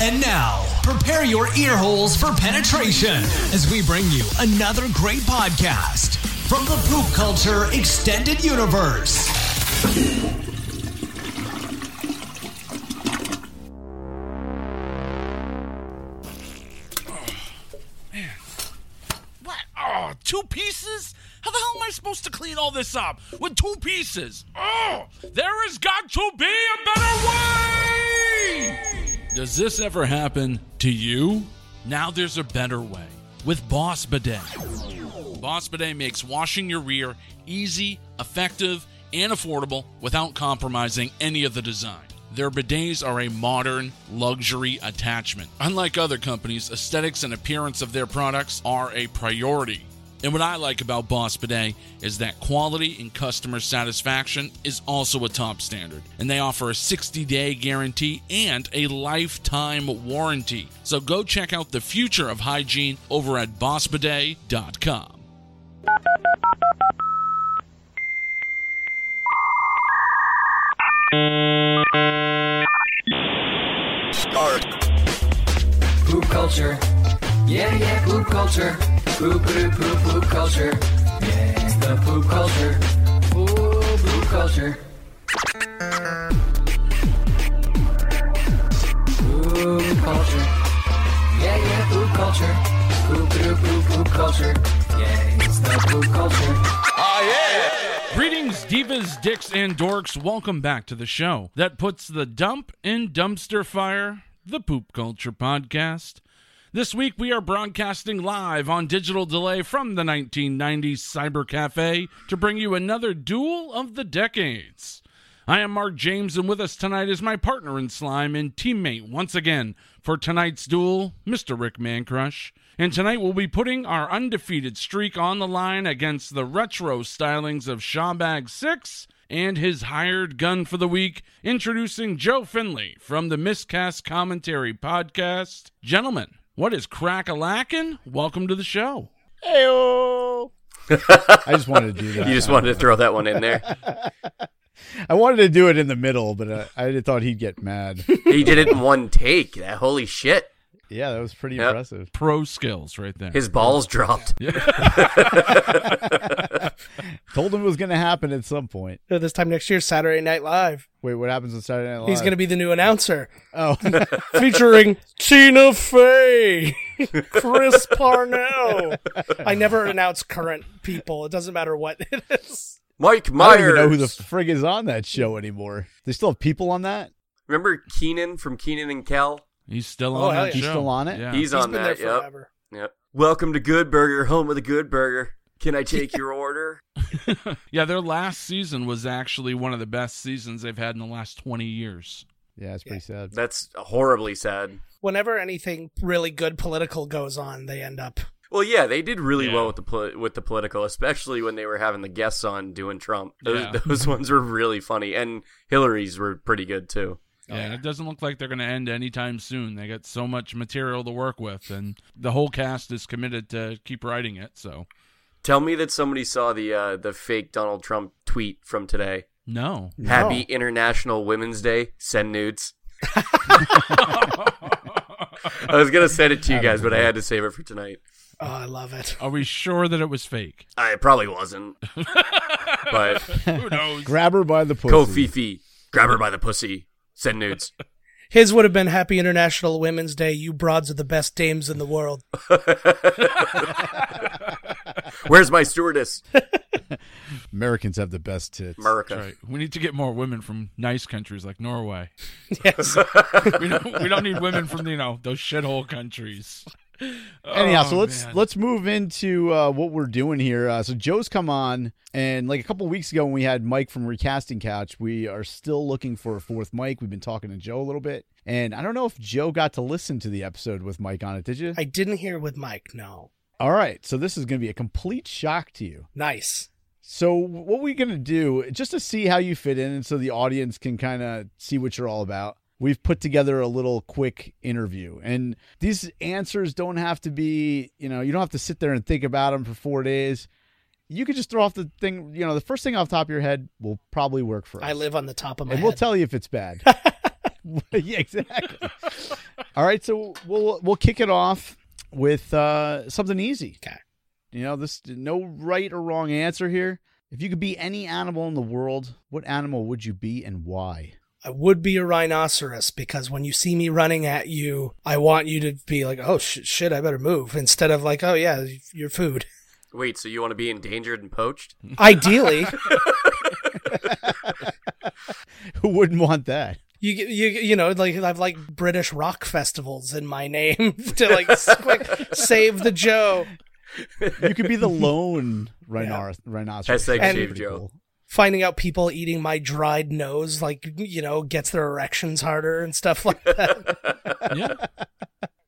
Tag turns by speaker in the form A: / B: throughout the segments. A: And now, prepare your ear holes for penetration as we bring you another great podcast from the Poop Culture Extended Universe.
B: What? Oh, two pieces? How the hell am I supposed to clean all this up with two pieces? Oh, there has got to be a better way! Does this ever happen to you? Now there's a better way with Boss Bidet. Boss Bidet makes washing your rear easy, effective, and affordable without compromising any of the design. Their bidets are a modern luxury attachment. Unlike other companies, aesthetics and appearance of their products are a priority. And what I like about Boss Bidet is that quality and customer satisfaction is also a top standard. And they offer a 60 day guarantee and a lifetime warranty. So go check out the future of hygiene over at bossbidet.com.
C: Poop culture. Yeah, yeah, poop culture. Poop, poop, poop, poop culture. Yeah, it's the poop culture. Ooh, poop culture. Poop culture. Yeah, yeah, poop culture. Poop, poop, poop, poop culture. Yeah, it's the poop culture.
B: Greetings, divas, dicks, and dorks. Welcome back to the show that puts the dump in dumpster fire, the Poop Culture Podcast. This week we are broadcasting live on digital delay from the 1990s Cyber Cafe to bring you another Duel of the Decades. I am Mark James, and with us tonight is my partner in slime and teammate once again for tonight's duel, Mr. Rick Mancrush. And tonight we'll be putting our undefeated streak on the line against the retro stylings of Shawbag 6 and his hired gun for the week, introducing Joe Finley from the Miscast Commentary Podcast. Gentlemen, what is crack a lackin'? Welcome to the show.
D: I just wanted to do that.
E: You just wanted to throw that one in there.
D: I wanted to do it in the middle, but uh, I, I thought he'd get mad.
E: He did it in one take. That holy shit.
D: Yeah, that was pretty
E: Yep.
D: impressive.
B: Pro skills right there.
E: His balls dropped.
D: Told him it was going to happen at some point.
F: So this time next year, Saturday Night Live.
D: Wait, what happens on Saturday Night Live?
F: He's going to be the new announcer,
D: Oh,
F: featuring Tina Fey, Chris Parnell. I never announce current people. It doesn't matter what it is.
E: Mike
D: I
E: Myers.
D: don't even know who the frig is on that show anymore. They still have people on that.
E: Remember Keenan from Keenan and Kel?
B: He's still
F: Oh,
B: on
F: hell
B: that
F: yeah.
D: He's
B: show.
D: still on it?
B: Yeah.
E: He's
F: He's
E: on
F: been
E: that.
F: there
E: yep.
F: forever.
E: Yep. Welcome to Good Burger, home of the Good Burger. Can I take your order?
B: yeah, their last season was actually one of the best seasons they've had in the last 20 years.
D: Yeah, it's pretty sad.
E: That's horribly sad.
F: Whenever anything really good political goes on, they end up.
E: Well, yeah, they did really
B: Yeah.
E: well with the poli- with the political, especially when they were having the guests on doing Trump. Those,
B: Yeah.
E: those ones were really funny, and Hillary's were pretty good too.
B: Oh, Yeah, and it doesn't look like they're going to end anytime soon. They got so much material to work with, and the whole cast is committed to keep writing it. So,
E: Tell me that somebody saw the uh, the fake Donald Trump tweet from today.
B: no.
E: Happy International Women's Day. Send nudes. I was gonna send it to you guys, but I had to save it for tonight.
F: Oh, I love it.
B: Are we sure that it was fake?
E: I probably wasn't. but
B: Who knows?
D: Grab her by the pussy.
E: Kofifi, grab her by the pussy. Send nudes.
F: His would have been Happy International Women's Day. You broads are the best dames in the world.
E: Where's my stewardess?
D: Americans have the best tits.
E: America.
B: That's right. We need to get more women from nice countries like Norway.
F: Yes.
B: We don't, we don't need women from you know those shithole countries.
D: Anyhow,
B: Oh,
D: so let's
B: man.
D: let's move into uh, what we're doing here. Uh, so Joe's come on, and like a couple weeks ago when we had Mike from Recasting Couch, we are still looking for a fourth Mike. We've been talking to Joe a little bit, and I don't know if Joe got to listen to the episode with Mike on it. Did you?
F: I didn't hear with Mike. No.
D: All right, so this is going to be a complete shock to you.
F: Nice.
D: So what we're going to do, just to see how you fit in, and so the audience can kind of see what you're all about. We've put together a little quick interview, and these answers don't have to be, you know, you don't have to sit there and think about them for four days. You could just throw off the thing, you know, the first thing off the top of your head will probably work for us.
F: I live on the top of my
D: and we'll
F: head.
D: tell you if it's bad. yeah, exactly. All right, so we'll we'll kick it off with uh, something easy.
F: Okay.
D: You know, this no right or wrong answer here. If you could be any animal in the world, what animal would you be and why?
F: I would be a rhinoceros because when you see me running at you, I want you to be like, "Oh sh- shit, I better move," instead of like, "Oh yeah, your food."
E: Wait, so you want to be endangered and poached?
F: Ideally,
D: Who wouldn't want that?
F: you get- you you know like I've like British rock festivals in my name to like s- quick save the Joe.
D: You could be the lone rhinor- rhinoceros.
E: Hashtag
D: That'd be
F: Shave
D: pretty
E: Joe.
D: cool.
F: Finding out people eating my dried nose, like you know, gets their erections harder and stuff like that.
B: Yeah.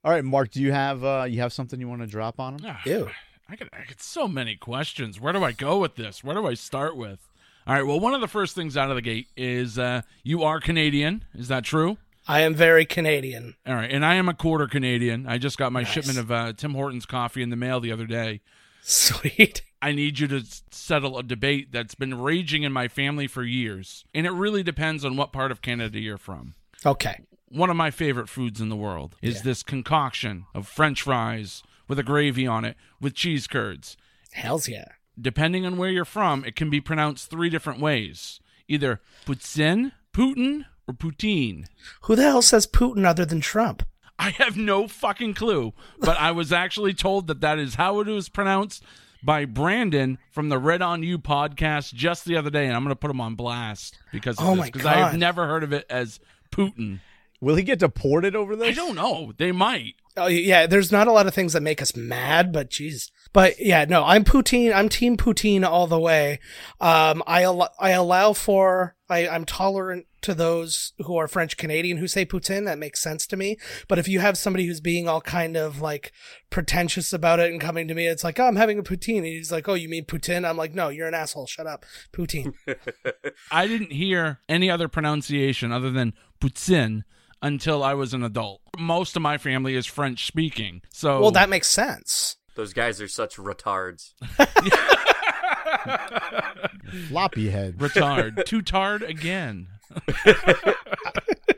D: All right, Mark, do you have uh, you have something you want to drop on him?
B: Ah,
F: Ew.
B: I got, I got so many questions. Where do I go with this? Where do I start with? All right. Well, one of the first things out of the gate is uh, you are Canadian. Is that true?
F: I am very Canadian.
B: All right. And I am a quarter Canadian. I just got my shipment of uh, Tim Hortons coffee in the mail the other day.
F: Sweet.
B: I need you to s- settle a debate that's been raging in my family for years. And it really depends on what part of Canada you're from.
F: Okay.
B: One of my favorite foods in the world is this concoction of french fries with a gravy on it with cheese curds.
F: Hell's yeah.
B: depending on where you're from, it can be pronounced three different ways either Putin, Putin, or Poutine.
F: Who the hell says Putin other than Trump?
B: I have no fucking clue, but I was actually told that that is how it was pronounced by Brandon from the Red on You podcast just the other day, and I'm going to put him on blast because of
F: Oh
B: this
F: my
B: because I have
F: God.
B: never heard of it as Putin.
D: Will he get deported over this?
B: I don't know. They might.
F: Oh yeah, there's not a lot of things that make us mad, but jeez. But yeah, no, I'm poutine. I'm team poutine all the way. Um, I al- I allow for I, I'm tolerant to those who are French Canadian who say poutine. That makes sense to me. But if you have somebody who's being all kind of like pretentious about it and coming to me, it's like, oh, I'm having a poutine, and he's like, oh, you mean poutine? I'm like, no, you're an asshole. Shut up, poutine.
B: I didn't hear any other pronunciation other than Putin until I was an adult. Most of my family is French speaking. So
F: well, that makes sense.
E: Those guys are such retards.
D: Floppy head.
B: retard too tard again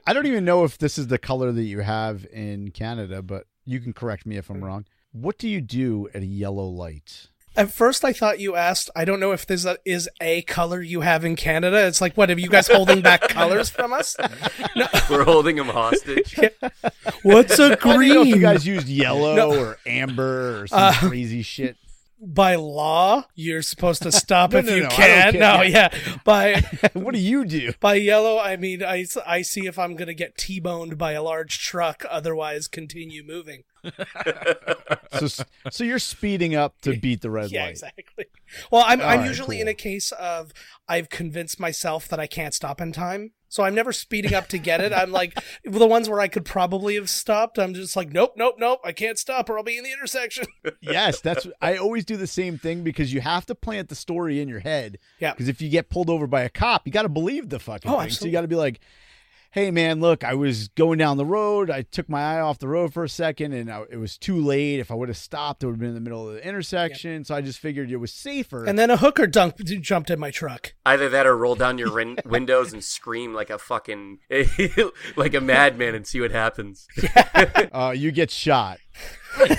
D: I don't even know if this is the color that you have in Canada, but you can correct me if I'm wrong. What do you do at a yellow light?
F: At first, I thought you asked. I don't know if this is a color you have in Canada. It's like, what are you guys holding back colors from us?
E: We're holding them hostage.
F: What's a
D: I didn't know if you
F: green? Uh,
D: guys used yellow or amber or some crazy shit.
F: By law, you're supposed to stop
D: No,
F: if
D: no,
F: you
D: no, I don't
F: can.
D: care.
F: No, yeah. By
D: What do you do?
F: by yellow, I mean I, s- I see if I'm gonna get t-boned by a large truck. Otherwise, continue moving.
D: So, so you're speeding up to beat the red
F: yeah,
D: light.
F: exactly. Well, I'm I'm
D: right,
F: usually
D: cool.
F: in a case of I've convinced myself that I can't stop in time. So I'm never speeding up to get it. I'm like the ones where I could probably have stopped. I'm just like, nope, nope, nope. I can't stop, or I'll be in the intersection.
D: Yes, that's. I always do the same thing because you have to plant the story in your head.
F: Yeah.
D: Because if you get pulled over by a cop, you got to believe the fucking
F: Oh,
D: thing. So
F: absolutely.
D: you got to be like, "Hey, man, look, I was going down the road. I took my eye off the road for a second, and I, it was too late. If I would have stopped, it would have been in the middle of the intersection. So I just figured it was safer."
F: And then a hooker dunk jumped in my truck.
E: Either that or roll down your rin- windows and scream like a fucking like a madman and see what happens.
D: uh, you get shot.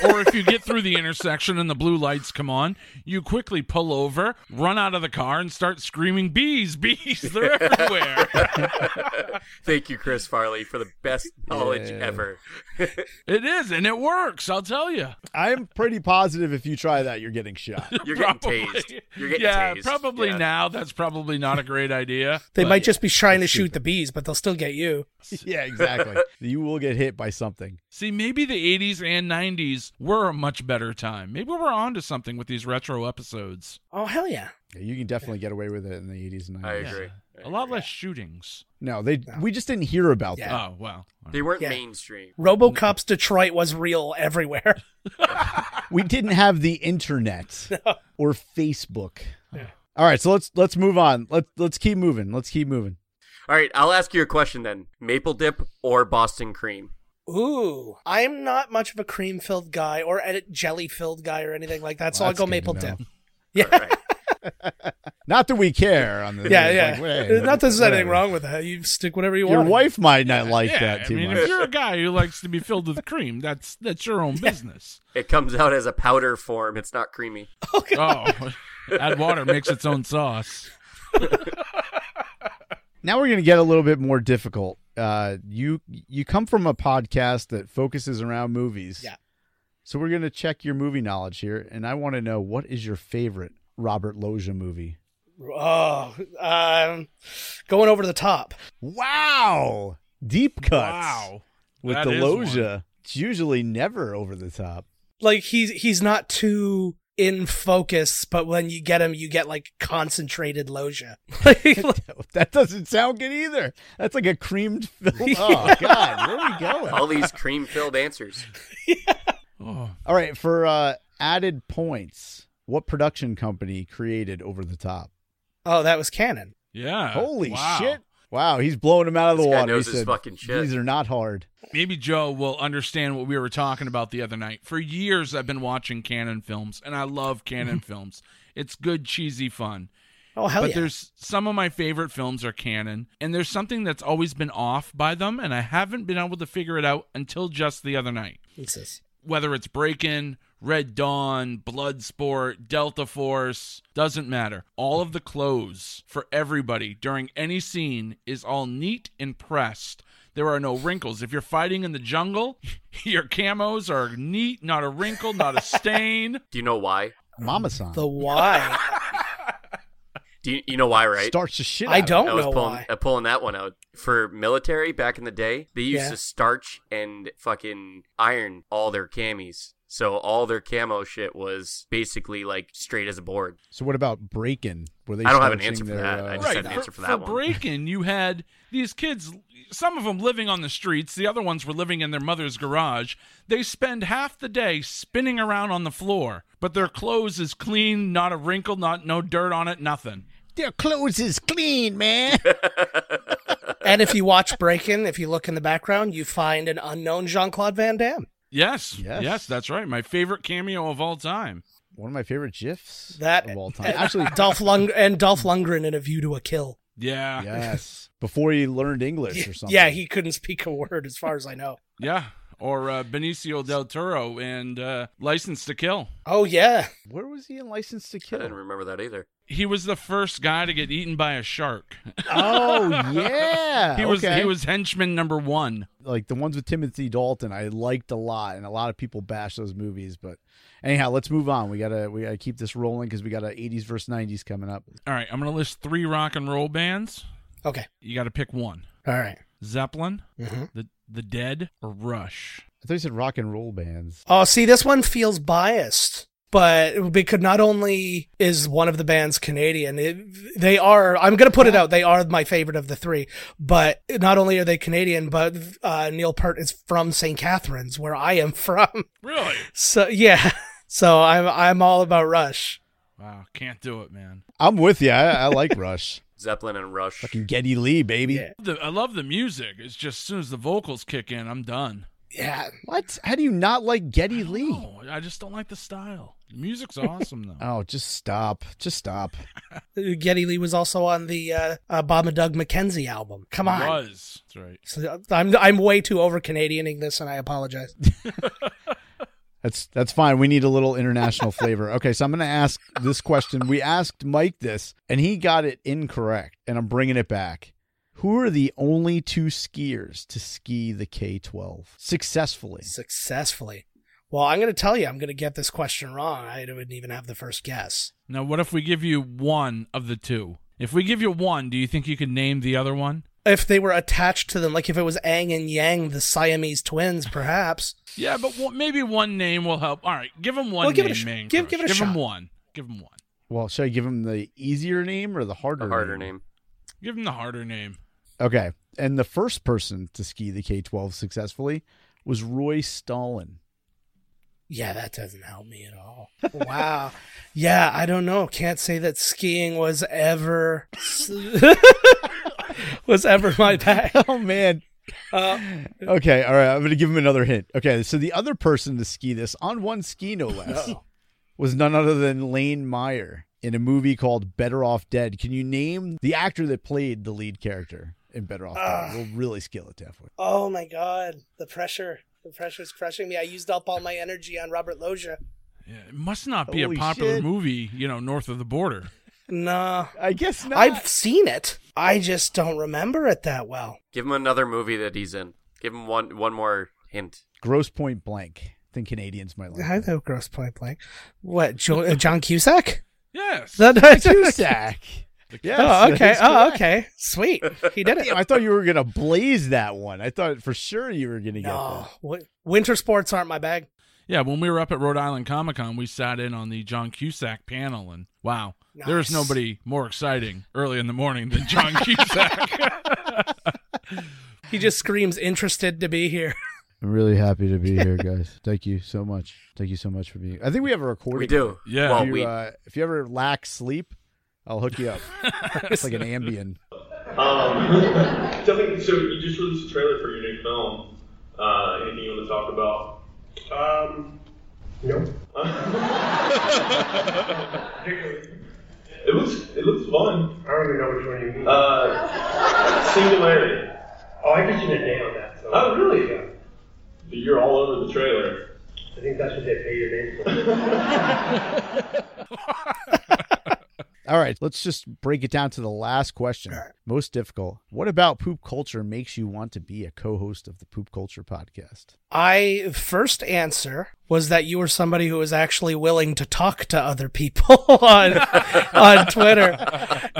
B: or if you get through the intersection and the blue lights come on you quickly pull over run out of the car and start screaming bees bees they're everywhere
E: Thank you, Chris Farley, for the best knowledge
D: Yeah.
E: ever.
B: it is and it works i'll tell you
D: I'm pretty positive if you try that, you're getting shot.
E: You're getting tased. You're getting
B: yeah
E: tased.
B: probably
E: Yeah.
B: now that's probably not a great idea
F: They might just be trying to shoot the bees, but they'll still get you.
D: yeah, exactly. You will get hit by something.
B: see maybe the 80s and 90s were a much better time maybe we're onto something with these retro episodes
F: Oh hell yeah!
D: Yeah, You can definitely get away with it in the 80s and 90s.
E: I agree.
B: a lot less shootings
D: No, they. We just didn't hear about
F: Yeah.
D: that.
B: oh wow All
E: They
B: right.
E: weren't
F: Yeah.
E: mainstream.
F: RoboCop's
D: Mm-hmm.
F: Detroit was real everywhere.
D: We didn't have the internet or Facebook. All right, so let's let's move on. Let's let's keep moving. Let's keep moving.
E: All right, I'll ask you a question then: maple dip or Boston cream?
F: Ooh, I'm not much of a cream filled guy or a jelly filled guy or anything like that, so
D: Well,
F: I'll
D: that's
F: go
D: good
F: maple
D: to know.
F: dip. Yeah,
D: Not that we care on the
F: Yeah, yeah.
D: like, hey,
F: Not that there's anything
D: whatever.
F: wrong with that. You stick whatever you
D: Your
F: want.
D: wife might not like that
B: I
D: too
B: mean,
D: much.
B: if you're a guy who likes to be filled with cream, that's that's your own business.
E: It comes out as a powder form. It's not creamy.
B: Oh, add water makes its own sauce.
D: now we're going to get a little bit more difficult. Uh, you you come from a podcast that focuses around movies.
F: Yeah.
D: So we're going to check your movie knowledge here, and I want to know what is your favorite Robert Loggia movie?
F: Oh, um, going over the top.
D: Wow, deep cuts
B: Wow.
D: with
B: That
D: the
B: is
D: Loggia. It's usually never over the top.
F: Like he's he's not too in focus, but when you get him, you get like concentrated loja. Like,
D: That doesn't sound good either. That's like a creamed film. Oh God, where are we going?
E: All these cream filled answers.
B: Oh,
D: All right, for uh, added points, what production company created Over the Top?
F: oh, that was canon.
B: yeah.
D: Holy
B: Wow.
D: shit! Uh, Wow, he's blowing him out of the
E: This guy
D: water.
E: knows
D: he
E: his
D: said,
E: fucking shit.
D: These are not hard.
B: Maybe Joe will understand what we were talking about the other night. For years, I've been watching canon films, and I love canon films. It's good, cheesy fun.
F: Oh hell
B: but
F: yeah!
B: there's some of my favorite films are canon, and there's something that's always been off by them, and I haven't been able to figure it out until just the other night.
F: Jesus.
B: Whether it's Breakin', Red Dawn, Bloodsport, Delta Force, doesn't matter. All of the clothes for everybody during any scene is all neat and pressed. There are no wrinkles. If you're fighting in the jungle, your camos are neat, not a wrinkle, not a stain.
E: Do you know why?
D: Mama San
F: Mm-hmm. The why?
E: Do you, you know why, right?
D: starts the shit.
F: I
D: out of
F: don't
E: I was
F: know
E: pulling,
F: why.
E: uh, pulling that one out. For military back in the day, they used
F: Yeah.
E: to starch and fucking iron all their camis. So all their camo shit was basically like straight as a board.
D: it. So what about Breakin'? Were they?
E: I don't have an
D: starching
E: answer for
D: their,
E: that.
D: uh,
E: I just
B: right.
E: had an answer for that one.
B: Breakin', you had these kids, some of them living on the streets, the other ones were living in their mother's garage. They spend half the day spinning around on the floor, but their clothes is clean, not a wrinkle, not no dirt on it, nothing.
D: Their clothes is clean, man.
F: and if you watch Breakin', if you look in the background, you find an unknown Jean Claude Van Damme.
B: Yes,
D: Yes.
B: yes, that's right. My favorite cameo of all time.
D: one of my favorite gifs
F: That-
D: of all time. Actually,
F: Dolph Lund- and Dolph Lundgren in A View to a Kill.
B: Yeah, yeah,
D: yes. Before he learned English or something.
F: Yeah, he couldn't speak a word, as far as I know.
B: or uh, Benicio del Toro and uh, License to Kill.
F: Oh yeah,
D: Where was he in License to
E: I didn't
D: Kill?
E: remember that either.
B: He was the first guy to get eaten by a shark.
D: Oh yeah,
B: he was
D: okay.
B: he was henchman number one.
D: like the ones with Timothy Dalton, I liked a lot, and a lot of people bash those movies. But anyhow, let's move on. We gotta we gotta keep this rolling because we got a '80s versus '90s coming up.
B: All right, I'm gonna list three rock and roll bands.
F: okay,
B: You got to pick one:
F: all right.
B: Zeppelin,
F: Mhm.
B: the the Dead, or Rush.
D: I thought you said rock and roll bands.
F: Oh, see, this one feels biased, but because not only is one of the bands Canadian, it, they are. I'm gonna put it out. They are my favorite of the three. But not only are they Canadian, but uh, Neil Peart is from St. Catharines, where I am from.
B: Really?
F: So yeah, so I'm I'm all about Rush.
B: Wow, can't do it, man.
D: I'm with you. I, I like Rush.
E: Zeppelin and Rush.
D: Fucking Getty Lee, baby.
F: Yeah.
B: The, I love the music. It's just as soon as the vocals kick in, I'm done.
F: Yeah,
D: What? How do you not like Getty Lee?
B: Oh, I just don't like the style. The music's awesome
F: Uh,
B: though.
D: Oh, just stop. Just stop.
F: Getty Lee was also on the uh, uh, Bob and Doug McKenzie album. Come on.
B: Was that's right.
F: So I'm I'm way too over Canadianing this, and I apologize.
D: That's that's fine. We need a little international flavor. Okay, so I'm going to ask this question. We asked Mike this, and he got it incorrect, and I'm bringing it back. Who are the only two skiers to ski the K12 successfully?
F: Successfully. Well, I'm going to tell you, I'm going to get this question wrong. I didn't even have the first guess.
B: Now, what if we give you one of the two? If we give you one, do you think you could name the other one?
F: If they were attached to them, like if it was Ang and Yang, the Siamese twins, perhaps.
B: Yeah, but one, maybe one name will help. All right, give him one
F: Well, give it
B: name.
F: a sh-
B: man
F: give-
B: crush.
F: give it a
B: Give him
F: shot.
B: one. Give him one.
D: Well, should I give him the easier name or the harder?
E: A harder name.
B: Give him the harder name.
D: Okay, and the first person to ski the K12 successfully was Roy Stalin.
F: Yeah, that doesn't help me at all. Wow. yeah, I don't know. Can't say that skiing was ever was ever my bag.
D: Oh man.
F: Uh,
D: okay, all right. I'm going to give him another hint. Okay, so the other person to ski this on one ski, no less, was none other than Lane Meyer. in a movie called Better Off Dead. Can you name the actor that played the lead character in Better Off Dead?
F: Ugh.
D: We'll really scale it down for you.
F: Oh my god, the pressure. The pressure's crushing me. I used up all my energy on Robert Loggia.
B: Yeah, it must not be
D: Holy
B: a popular
D: shit.
B: movie, you know, north of the border.
F: Nah.
D: I guess not.
F: I've seen it. I just don't remember it that well.
E: Give him another movie that he's in. Give him one one more hint.
D: Gross Point Blank. I think Canadians might like.
F: I know Gross Point Blank. What, jo- uh, John Cusack?
B: Yes.
F: The,
D: Cusack. Yes,
F: Oh,
D: that
F: okay.
D: is
F: Oh,
D: correct.
F: okay. Sweet. He did it.
D: Damn, I thought you were gonna blaze that one. I thought for sure you were gonna get
F: No. Wi- Winter sports aren't my bag.
B: Yeah, when we were up at Rhode Island Comic Con, we sat in on the John Cusack panel, and wow, there's
F: Nice.
B: nobody more exciting early in the morning than John Cusack.
F: He just screams, interested to be here.
D: I'm really happy to be here, guys. Thank you so much. Thank you so much for being. I think we have a recording.
E: We do.
B: Yeah.
E: Well,
D: If you,
E: we
D: uh, if you ever lack sleep, I'll hook you up. it's like an Ambien.
G: Um, tell me, so you just released a trailer for your new film. Uh, anything you want to talk about? Um, no. it looks it looks fun. I don't even know which one you mean. Uh, singularity. Oh, I just didn't name on that. So. Oh, really? Yeah. You're all over the trailer. I think that's what they pay your name for.
D: All right, let's just break it down to the last question. Most difficult. What about poop culture makes you want to be a co-host of the Poop Culture podcast?
F: I first answer was that you were somebody who was actually willing to talk to other people on on Twitter.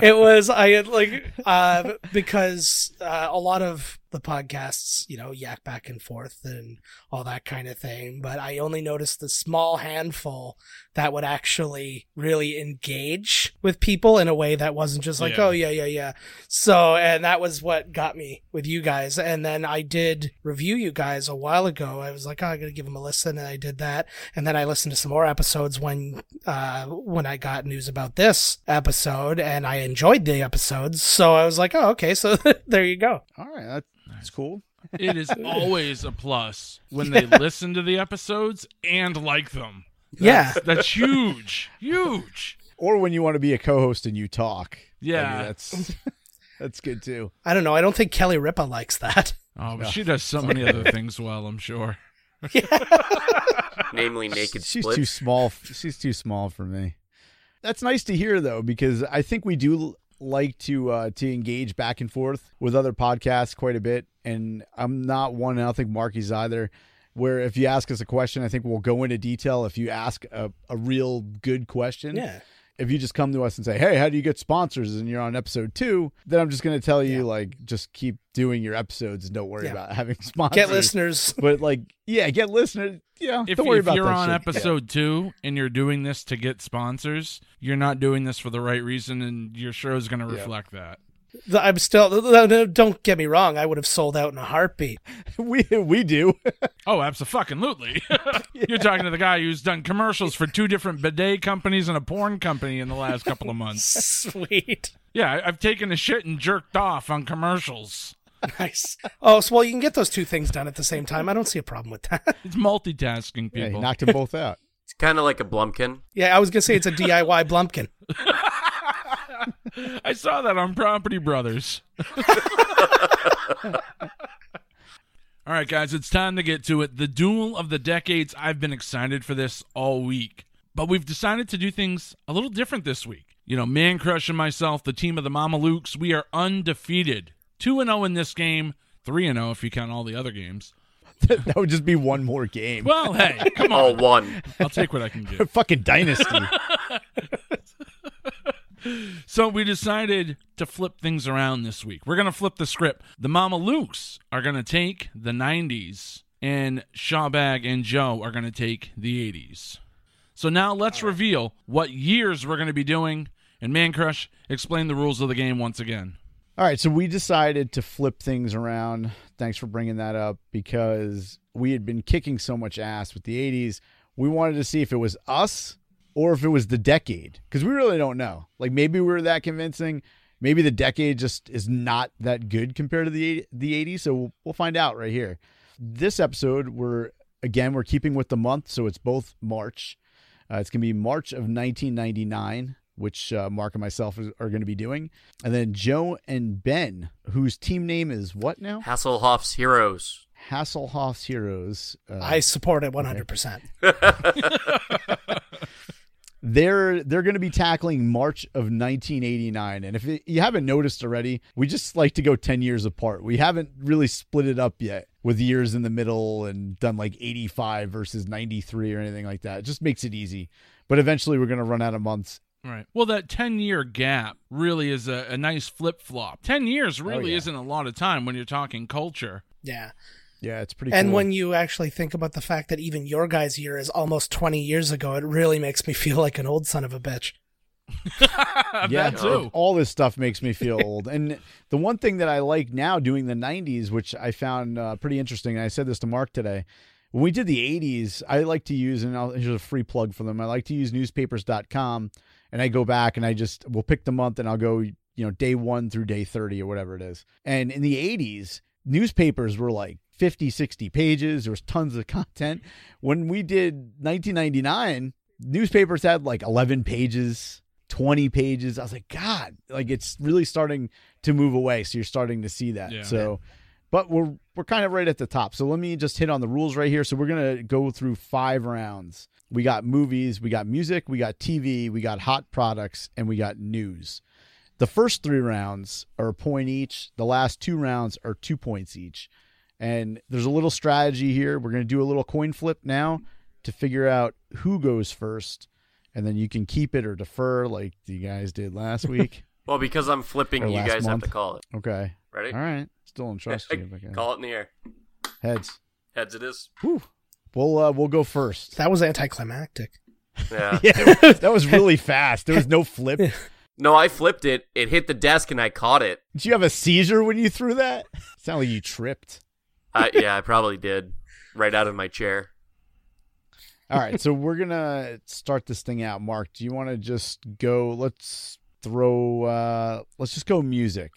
F: It was I had like uh, because uh, a lot of the podcasts, you know, yak back and forth and all that kind of thing. But I only noticed the small handful that would actually really engage with people in a way that wasn't just like,
B: Yeah.
F: oh yeah, yeah, yeah. So, and that was what got me with you guys. And then I did review you guys a while ago. I was like, oh, I'm gonna give them a listen, and I did that. And then I listened to some more episodes when uh, when I got news about this episode, and I enjoyed the episodes. So I was like, oh, okay, so there you go.
D: All right, that- that's cool.
B: it is always a plus when they listen to the episodes and like them.
F: yeah,
B: That's huge, huge.
D: Or when you want to be a co-host and you talk. I mean,
B: Yeah.
D: that's that's good too.
F: I don't know. I don't think Kelly Ripa likes that.
B: Oh, but she does so many other things well, I'm sure.
E: namely naked
D: She's
E: splits.
D: too small. She's too small for me. That's nice to hear though, because I think we do l- like to uh, to engage back and forth with other podcasts quite a bit, and I'm not one, and I don't think Marky's either. Where if you ask us a question, I think we'll go into detail. If you ask a, a real good question,
F: Yeah.
D: If you just come to us and say, "Hey, how do you get sponsors?" and you're on episode two, then I'm just going to tell you like just keep doing your episodes and don't worry
F: Yeah.
D: about having sponsors.
F: Get listeners.
D: but like yeah, get listeners. Yeah,
B: If,
D: don't worry
B: if
D: about
B: you're
D: that
B: on
D: shit.
B: episode two and you're doing this to get sponsors, you're not doing this for the right reason, and your show is going to reflect that.
F: Th- I'm still. th- th- th- Don't get me wrong. I would have sold out in a heartbeat.
D: we we do.
B: Oh, absolutely. You're talking to the guy who's done commercials for two different bidet companies and a porn company in the last couple of months.
F: Sweet.
B: Yeah, I- I've taken a shit and jerked off on commercials.
F: Nice. Oh, so well, you can get those two things done at the same time. I don't see a problem with that.
B: It's multitasking,
D: Yeah, he
B: people.
D: knocked them both out.
E: It's kind of like a Blumpkin.
F: Yeah, I was gonna say it's a DIY blumpkin.
B: I saw that on Property Brothers. all right, guys, it's time to get to it. The duel of the decades. I've been excited for this all week, but we've decided to do things a little different this week. You know, Man Crush and myself, the team of the Mamalukes, we are undefeated. 2 0 in this game, 3 0 if you count all the other games.
D: that would just be one more game.
B: Well, hey, come
E: All
B: on.
E: one.
B: I'll take what I can get.
D: Fucking dynasty.
B: So we decided to flip things around this week. We're going to flip the script. The Mama Lukes are going to take the 90s, and Shawbag and Joe are going to take the 80s. So now let's reveal what years we're going to be doing. And Man Crush, explain the rules of the game once again.
D: All right, so we decided to flip things around. Thanks for bringing that up because we had been kicking so much ass with the 80s. We wanted to see if it was us or if it was the decade because we really don't know. Like maybe we were that convincing. Maybe the decade just is not that good compared to the 80- the 80s. So we'll- we'll find out right here. This episode, we're again, we're keeping with the month. So it's both March. Uh, it's going to be March of 1999. which uh, Mark and myself is, are going to be doing. And then Joe and Ben, whose team name is what now?
E: Hasselhoff's Heroes.
D: Hasselhoff's Heroes. Uh,
F: I support it 100%.
D: they're they're going to be tackling March of 1989, and if it, you haven't noticed already, we just like to go 10 years apart. We haven't really split it up yet with years in the middle and done like 85 versus 93 or anything like that. It just makes it easy. But eventually, we're going to run out of months.
B: Right. Well, that 10 year gap really is a, a nice flip flop. 10 years really
D: yeah.
B: isn't a lot of time when you're talking culture.
F: Yeah.
D: Yeah, it's pretty.
F: And
D: cool.
F: when you actually think about the fact that even your guy's year is almost 20 years ago, it really makes me feel like an old son of a bitch.
D: yeah,
B: that too.
D: All this stuff makes me feel old. And the one thing that I like now doing the 90s, which I found uh, pretty interesting, and I said this to Mark today. When we did the 80s, I like to use, and I'll, here's a free plug for them. I like to use newspapers.com and I go back and I just will pick the month and I'll go, you know, day one through day 30 or whatever it is. And in the 80s, newspapers were like 50, 60 pages. There was tons of content. When we did 1999, newspapers had like 11 pages, 20 pages. I was like, God, like it's really starting to move away. So you're starting to see that.
B: Yeah.
D: So, but we're, we're kind of right at the top. So let me just hit on the rules right here. So we're going to go through five rounds. We got movies, we got music, we got TV, we got hot products, and we got news. The first three rounds are a point each. The last two rounds are two points each. And there's a little strategy here. We're going to do a little coin flip now to figure out who goes first. And then you can keep it or defer like you guys did last week.
E: Well, because I'm flipping,
D: Or
E: you
D: last
E: guys
D: month.
E: have to call it.
D: Okay.
E: Ready?
D: All right. Still in trust you. but, uh,
E: call it in the air.
D: Heads.
E: Heads it is.
D: Whew. We'll, uh, we'll go first.
F: That was anticlimactic.
E: Yeah.
D: That was really fast. There was no flip.
E: No, I flipped it. It hit the desk and I caught it.
D: Did you have a seizure when you threw that? Sound like you tripped.
E: I, yeah, I probably did. Right out of my chair.
D: All right, so we're gonna start this thing out. Mark, do you want to just go? Let's throw. uh Let's just go music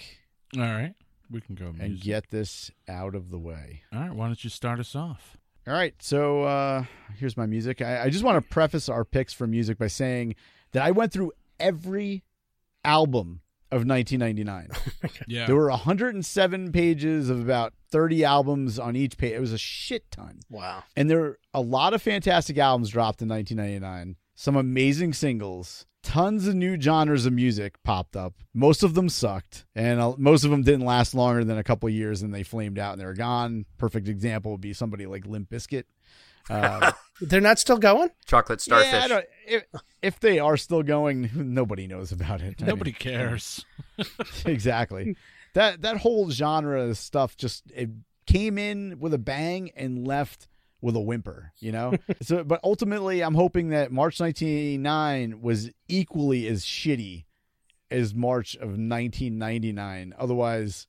B: All right. We can go.
D: and
B: Music.
D: get this out of the way.
B: All right. Why don't you start us off?
D: All right, so uh here's my music. I, I just want to preface our picks for music by saying that I went through every album of 1999.
B: Yeah.
D: There were 107 pages of about 30 albums on each page. It was a shit ton.
F: Wow.
D: And there were a lot of fantastic albums dropped in 1999, some amazing singles, tons of new genres of music popped up. Most of them sucked, and uh, most of them didn't last longer than a couple of years and they flamed out and they were gone. Perfect example would be somebody like Limp Bizkit. Uh,
F: They're not still going?
E: Chocolate starfish.
D: yeah, I don't- if, if they are still going, nobody knows about it. I mean,
B: Nobody cares.
D: exactly. That that whole genre of stuff just it came in with a bang and left with a whimper, you know? so but ultimately I'm hoping that March 1989 was equally as shitty as March of 1999. Otherwise,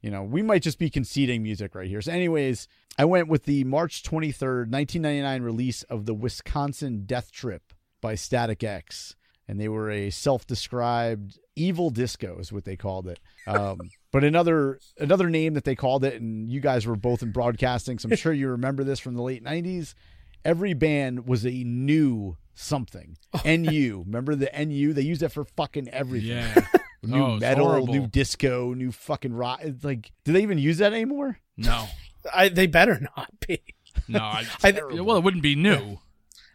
D: you know, we might just be conceding music right here. So anyways, I went with the March 23rd, 1999 release of the Wisconsin Death Trip by Static X and they were a self-described evil disco is what they called it um, but another another name that they called it and you guys were both in broadcasting so i'm sure you remember this from the late 90s every band was a new something nu remember the nu they used that for fucking everything
B: Yeah.
D: new
B: Oh, it's
D: metal
B: horrible.
D: new disco new fucking rock it's like do they even use that anymore
B: No.
F: I, they better not be.
B: No. I,
F: I-
B: Yeah, well, it wouldn't be new.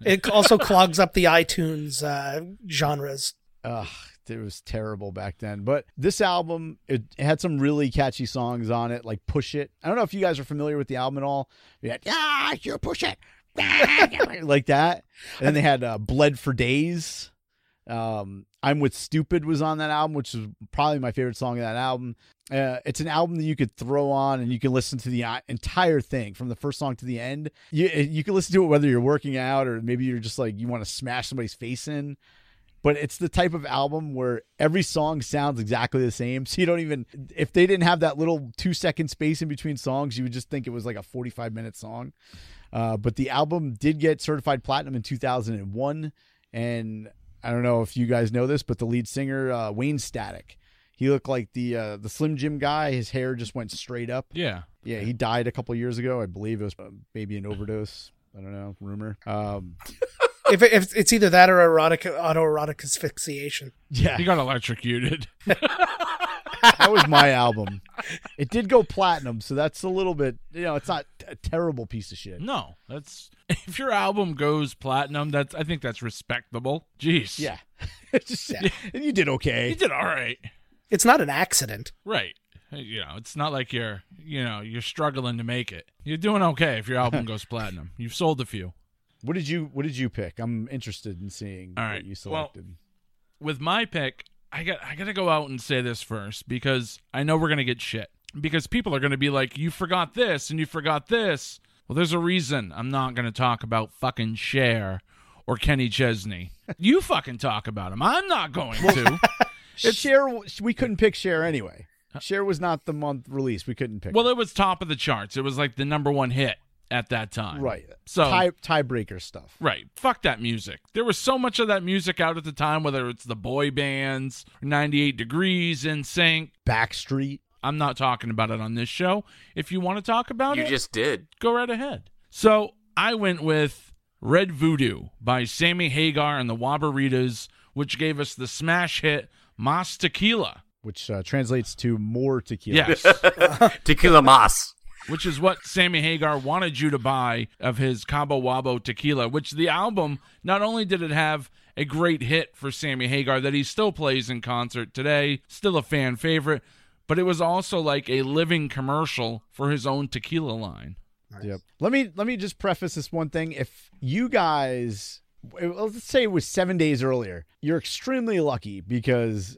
F: It also clogs up the iTunes uh, genres.
D: Ugh, it was terrible back then. But this album, it had some really catchy songs on it, like "Push It." I don't know if you guys are familiar with the album at all. They had "Yeah, you push it," like that. And then they had uh, "Bled for Days." Um, "I'm with Stupid" was on that album, which is probably my favorite song of that album. Uh, it's an album that you could throw on and you can listen to the uh, entire thing from the first song to the end. You you can listen to it whether you're working out or maybe you're just like you want to smash somebody's face in but it's the type of album where every song sounds exactly the same. So you don't even if they didn't have that little two second space in between songs, you would just think it was like a forty five minute song. Uh, but the album did get certified platinum in two thousand and one, and I don't know if you guys know this, but the lead singer uh, Wayne Static, he looked like the uh, the Slim Jim guy. His hair just went straight up.
B: Yeah.
D: Yeah, he died a couple years ago. I believe it was uh, maybe an overdose. I don't know, rumor. Um,
F: if, if it's either that or erotic autoerotic asphyxiation.
D: Yeah,
B: He got electrocuted.
D: that was my album. It did go platinum, so that's a little bit. You know, it's not a terrible piece of shit.
B: No, that's if your album goes platinum, that's I think that's respectable. Jeez.
D: Yeah, It's just, and you did
B: He
D: okay.
B: did all right.
F: It's not an accident.
B: Right. Uh, You know, it's not like you're, you know, you're struggling to make it. You're doing okay if your album goes platinum. You've sold a few.
D: What did you What did you pick? I'm interested in seeing
B: All
D: what
B: right,
D: you
B: well-
D: selected.
B: With my pick, I got I got to go out and say this first because I know we're going to get shit. Because people are going to be like, "You forgot this and you forgot this." Well, there's a reason I'm not going to talk about fucking Cher or Kenny Chesney. You fucking talk about him. I'm not going to.
D: Share. We couldn't pick Share anyway. Share was not the month release. We couldn't pick.
B: Uh, Well,
D: it.
B: it was top of the charts. It was like the number one hit at that time.
D: right.
B: So
D: tie tiebreaker stuff.
B: um, right, fuck that music. There was so much of that music out at the time, whether it's the boy bands, 98 Degrees, In Sync.
D: Backstreet.
B: I'm not talking about it on this show. If you want to talk about
E: You
B: it,
E: just did.
B: go right ahead. So I went with Red Voodoo by Sammy Hagar and the Wabaritas, which gave us the smash hit Mas Tequila.
D: Which uh, translates to more tequila.
B: Yes.
E: Tequila Mas.
B: which is what Sammy Hagar wanted you to buy of his Cabo Wabo tequila, which the album not only did it have a great hit for Sammy Hagar that he still plays in concert today, still a fan favorite, but it was also like a living commercial for his own tequila line.
D: Yep. Let me let me just preface this one thing. If you guys, eh, well, let's say it was seven days earlier, you're extremely lucky because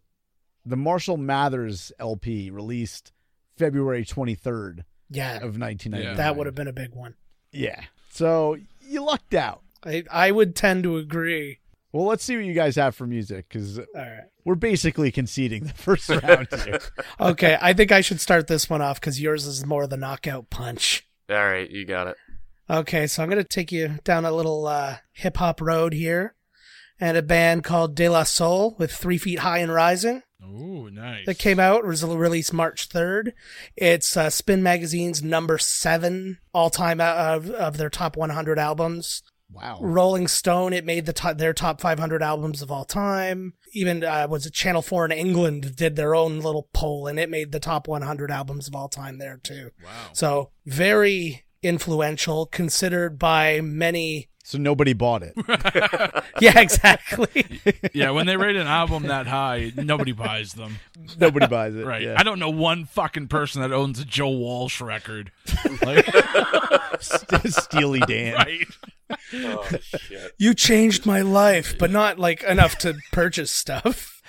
D: the Marshall Mathers LP released February 23rd
F: Yeah,
D: of 1990.
F: that would have been a big one.
D: Yeah. So you lucked out.
F: I I would tend to agree.
D: Well, let's see what you guys have for music because
F: All right.
D: we're basically conceding the first round here.
F: Okay, I think I should start this one off because yours is more the knockout punch.
E: All right, you got it.
F: Okay, so I'm going to take you down a little uh, hip hop road here. And a band called De La Soul with Three Feet High and Rising
B: Ooh, nice.
F: that came out, was released March 3rd. It's uh, Spin Magazine's number seven all time of, of their top 100 albums.
D: Wow.
F: Rolling Stone, it made the top, their top 500 albums of all time. Even uh, was it Channel 4 in England did their own little poll and it made the top 100 albums of all time there too. Wow. So very influential, considered by many.
D: So nobody bought it.
F: Yeah, exactly.
B: yeah, when they rate an album that high, nobody buys them.
D: nobody buys it.
B: Right.
D: Yeah.
B: I don't know one fucking person that owns a Joe Walsh record. Like,
D: Steely Dan.
B: right.
G: Oh, shit.
F: you changed my life, but not like enough to purchase stuff.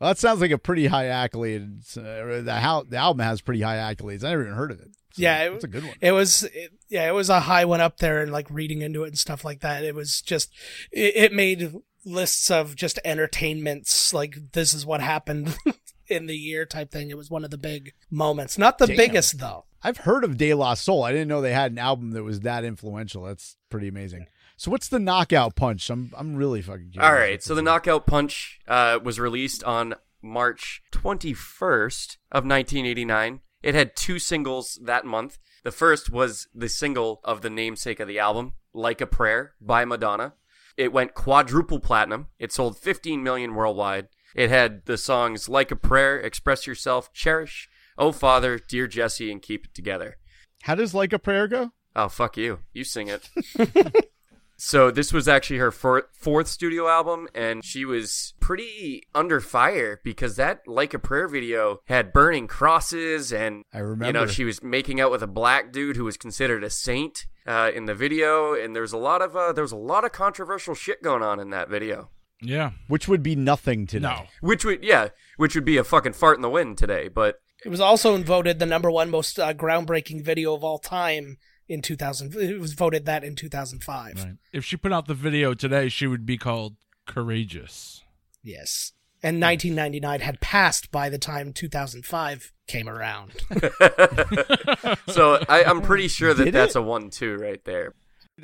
D: Well, that sounds like a pretty high accolade. It's, uh, the, how, the album has pretty high accolades. I never even heard of it. So
F: Yeah, it-
D: it's a good one.
F: It was, it, yeah, it was a high one up there and like reading into it and stuff like that. It was just, it, it made lists of just entertainments. Like this is what happened in the year type thing. It was one of the big moments, not the
D: Damn.
F: biggest though.
D: I've heard of De La Soul. I didn't know they had an album that was that influential. That's pretty amazing. So what's the knockout punch? I'm I'm really fucking curious.
E: All right, so the Knockout Punch uh, was released on March 21st of 1989. It had two singles that month. The first was the single of the namesake of the album, Like a Prayer by Madonna. It went quadruple platinum. It sold 15 million worldwide. It had the songs Like a Prayer, Express Yourself, Cherish, Oh Father, Dear Jesse, and Keep It Together.
D: How does Like a Prayer go?
E: Oh, fuck you. You sing it. so, this was actually her four- fourth studio album, and she was pretty under fire because that Like a Prayer video had burning crosses, and,
D: I remember.
E: you know, she was making out with a black dude who was considered a saint. Uh, in the video, and there was a lot of uh, there was a lot of controversial shit going on in that video,
B: Yeah.
D: Which would be nothing today.
B: No.
E: which would yeah, which would be a fucking fart in the wind today. But
F: It was also voted the number one most uh, groundbreaking video of all time in 2000. It was voted that in 2005.
B: Right. If she put out the video today, she would be called courageous.
F: Yes. And 1999 had passed by the time 2005 came around.
E: so I, I'm pretty sure that
D: Did
E: that's
D: it?
E: a one-two right there.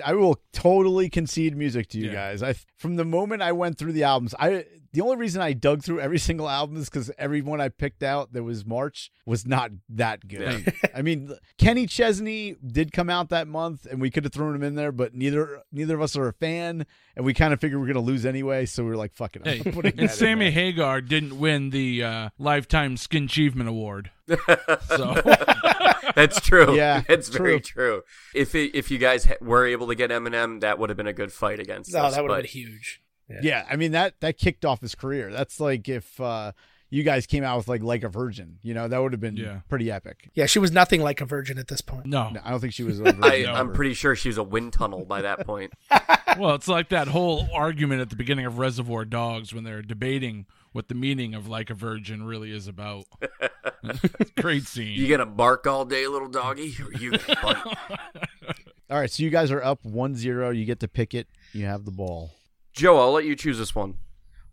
D: I will totally concede music to you
B: Yeah.
D: guys. I from the moment I went through the albums, I the only reason I dug through every single album is because everyone I picked out that was March was not that good. I mean, Kenny Chesney did come out that month, and we could have thrown him in there, but neither neither of us are a fan, and we kind of figured we are gonna lose anyway, so we were like, "Fuck it." I'm
B: Hey,
D: not putting
B: and
D: that in
B: Sammy
D: there.
B: Hagar didn't win the uh, Lifetime Skin Achievement Award. So
E: That's true.
D: Yeah,
E: that's very true. If it, if you guys ha- were able to get Eminem, that would have been a good fight against
F: Oh,
E: us.
F: that would
E: but
F: have been huge.
D: Yeah, I mean that that kicked off his career. That's like if uh you guys came out with like like a virgin, you know, that would have been
B: Yeah.
D: pretty epic.
F: Yeah, she was nothing like a virgin at this point.
B: no.
D: No, I don't think she was. A virgin
E: I,
D: ever.
E: I'm pretty sure she was a wind tunnel by that point.
B: Well, it's like that whole argument at the beginning of Reservoir Dogs when they're debating what the meaning of like a virgin really is about. Great scene.
E: You gonna bark all day, little doggy, or you gonna bark?
D: All right, so you guys are up 1-0. You get to pick it. You have the ball.
E: Joe, I'll let you choose this one.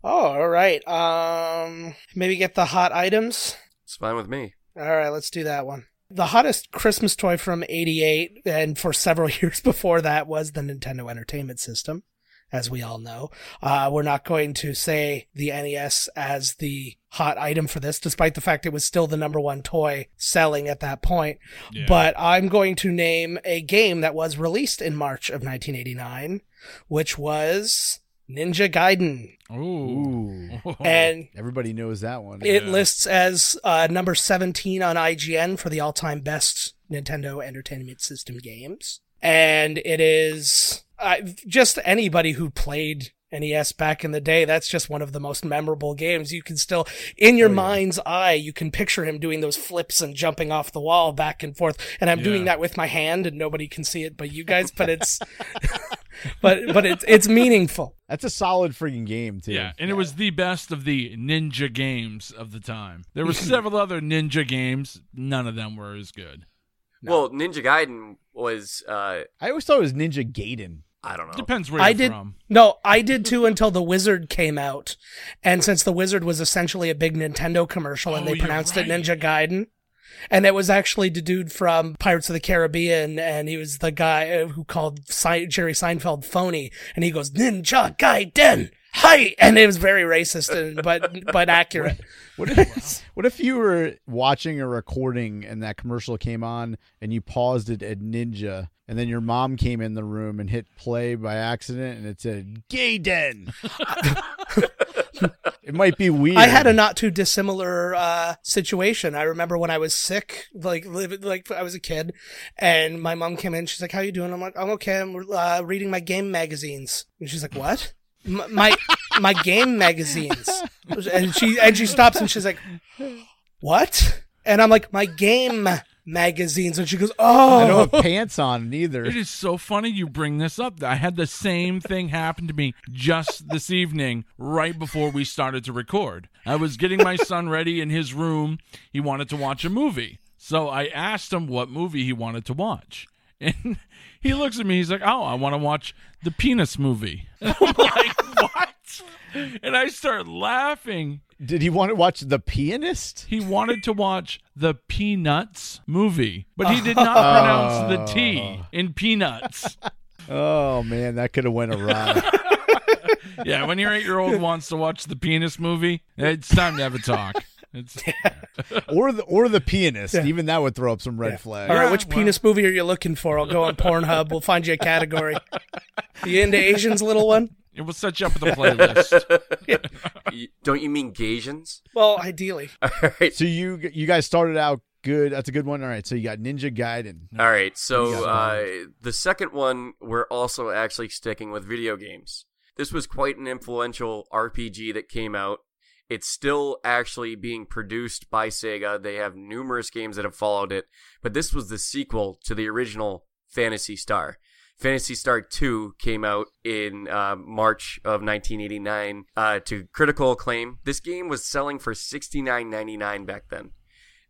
F: Oh, all right. Um, maybe get the hot items.
E: It's fine with me.
F: All right, let's do that one. The hottest Christmas toy from 88 and for several years before that was the Nintendo Entertainment System, as we all know. Uh, we're not going to say the NES as the hot item for this, despite the fact it was still the number one toy selling at that point.
B: Yeah.
F: But I'm going to name a game that was released in March of 1989, which was Ninja Gaiden.
B: Ooh.
D: Ooh.
F: And
D: Everybody knows that one.
F: it lists as uh, number 17 on IGN for the all time best Nintendo Entertainment System games. And it is uh, just anybody who played NES back in the day, that's just one of the most memorable games. You can still, in your
D: Oh, yeah.
F: mind's eye, you can picture him doing those flips and jumping off the wall back and forth. And I'm doing
B: Yeah.
F: that with my hand and nobody can see it but you guys, but it's. But but it's it's meaningful.
D: That's a solid friggin' game, too.
B: Yeah, and it was the best of the ninja games of the time. There were several other ninja games. None of them were as good.
E: Well, Ninja Gaiden was uh,
D: I always thought it was Ninja Gaiden.
E: I don't know.
B: Depends where
F: I
B: you're
F: did
B: from.
F: no, I did too until the Wizard came out, and since the Wizard was essentially a big Nintendo commercial, and
B: Oh,
F: they
B: you're
F: pronounced it
B: right.
F: Ninja Gaiden, and it was actually the dude from Pirates of the Caribbean, and he was the guy uh, who called Se- Jerry Seinfeld phony, and he goes Ninja Gaiden, hi, and it was very racist and but but accurate.
D: What if, what if you were watching a recording and that commercial came on and you paused it at Ninja and then your mom came in the room and hit play by accident and it said Gaiden? it might be weird.
F: I had a not too dissimilar uh, situation. I remember when I was sick, like live, like I was a kid, and my mom came in. She's like, "How you doing?" I'm like, "I'm okay. I'm uh, reading my game magazines." And she's like, "What?" M- my my game magazines. And she and she stops and she's like, "What?" And I'm like, "My game magazines." And she goes,
D: I don't
F: "Oh."
D: have pants on neither.
B: It is so funny you bring this up. I had the same thing happen to me just this evening, right before we started to record. I was getting my son ready in his room. He wanted to watch a movie. So I asked him what movie he wanted to watch. And he looks at me, he's like, Oh, I want to watch the penis movie. And I'm like, What? And I start laughing.
D: Did he want to watch The Pianist?
B: He wanted to watch the Peanuts movie, but he did not pronounce the T in Peanuts.
D: Oh man, that could have went awry.
B: Yeah, when your eight year old wants to watch the penis movie, it's time to have a talk. It's,
D: or the or The Pianist. Even that would throw up some red flags.
F: All right, which penis movie are you looking for? I'll go on Pornhub. We'll find you a category. You into Asians, little one?
B: it will set you up with a playlist.
E: Y- Don't you mean Gaijins?
F: Well, ideally.
E: All right.
D: So you you guys started out good. That's a good one. All right. So you got Ninja Gaiden.
E: All right. So uh, the second one, we're also actually sticking with video games. This was quite an influential RPG that came out. It's still actually being produced by Sega. They have numerous games that have followed it, but this was the sequel to the original Fantasy Star. Fantasy Star 2 came out in uh, March of 1989 uh, to critical acclaim. This game was selling for $69.99 back then.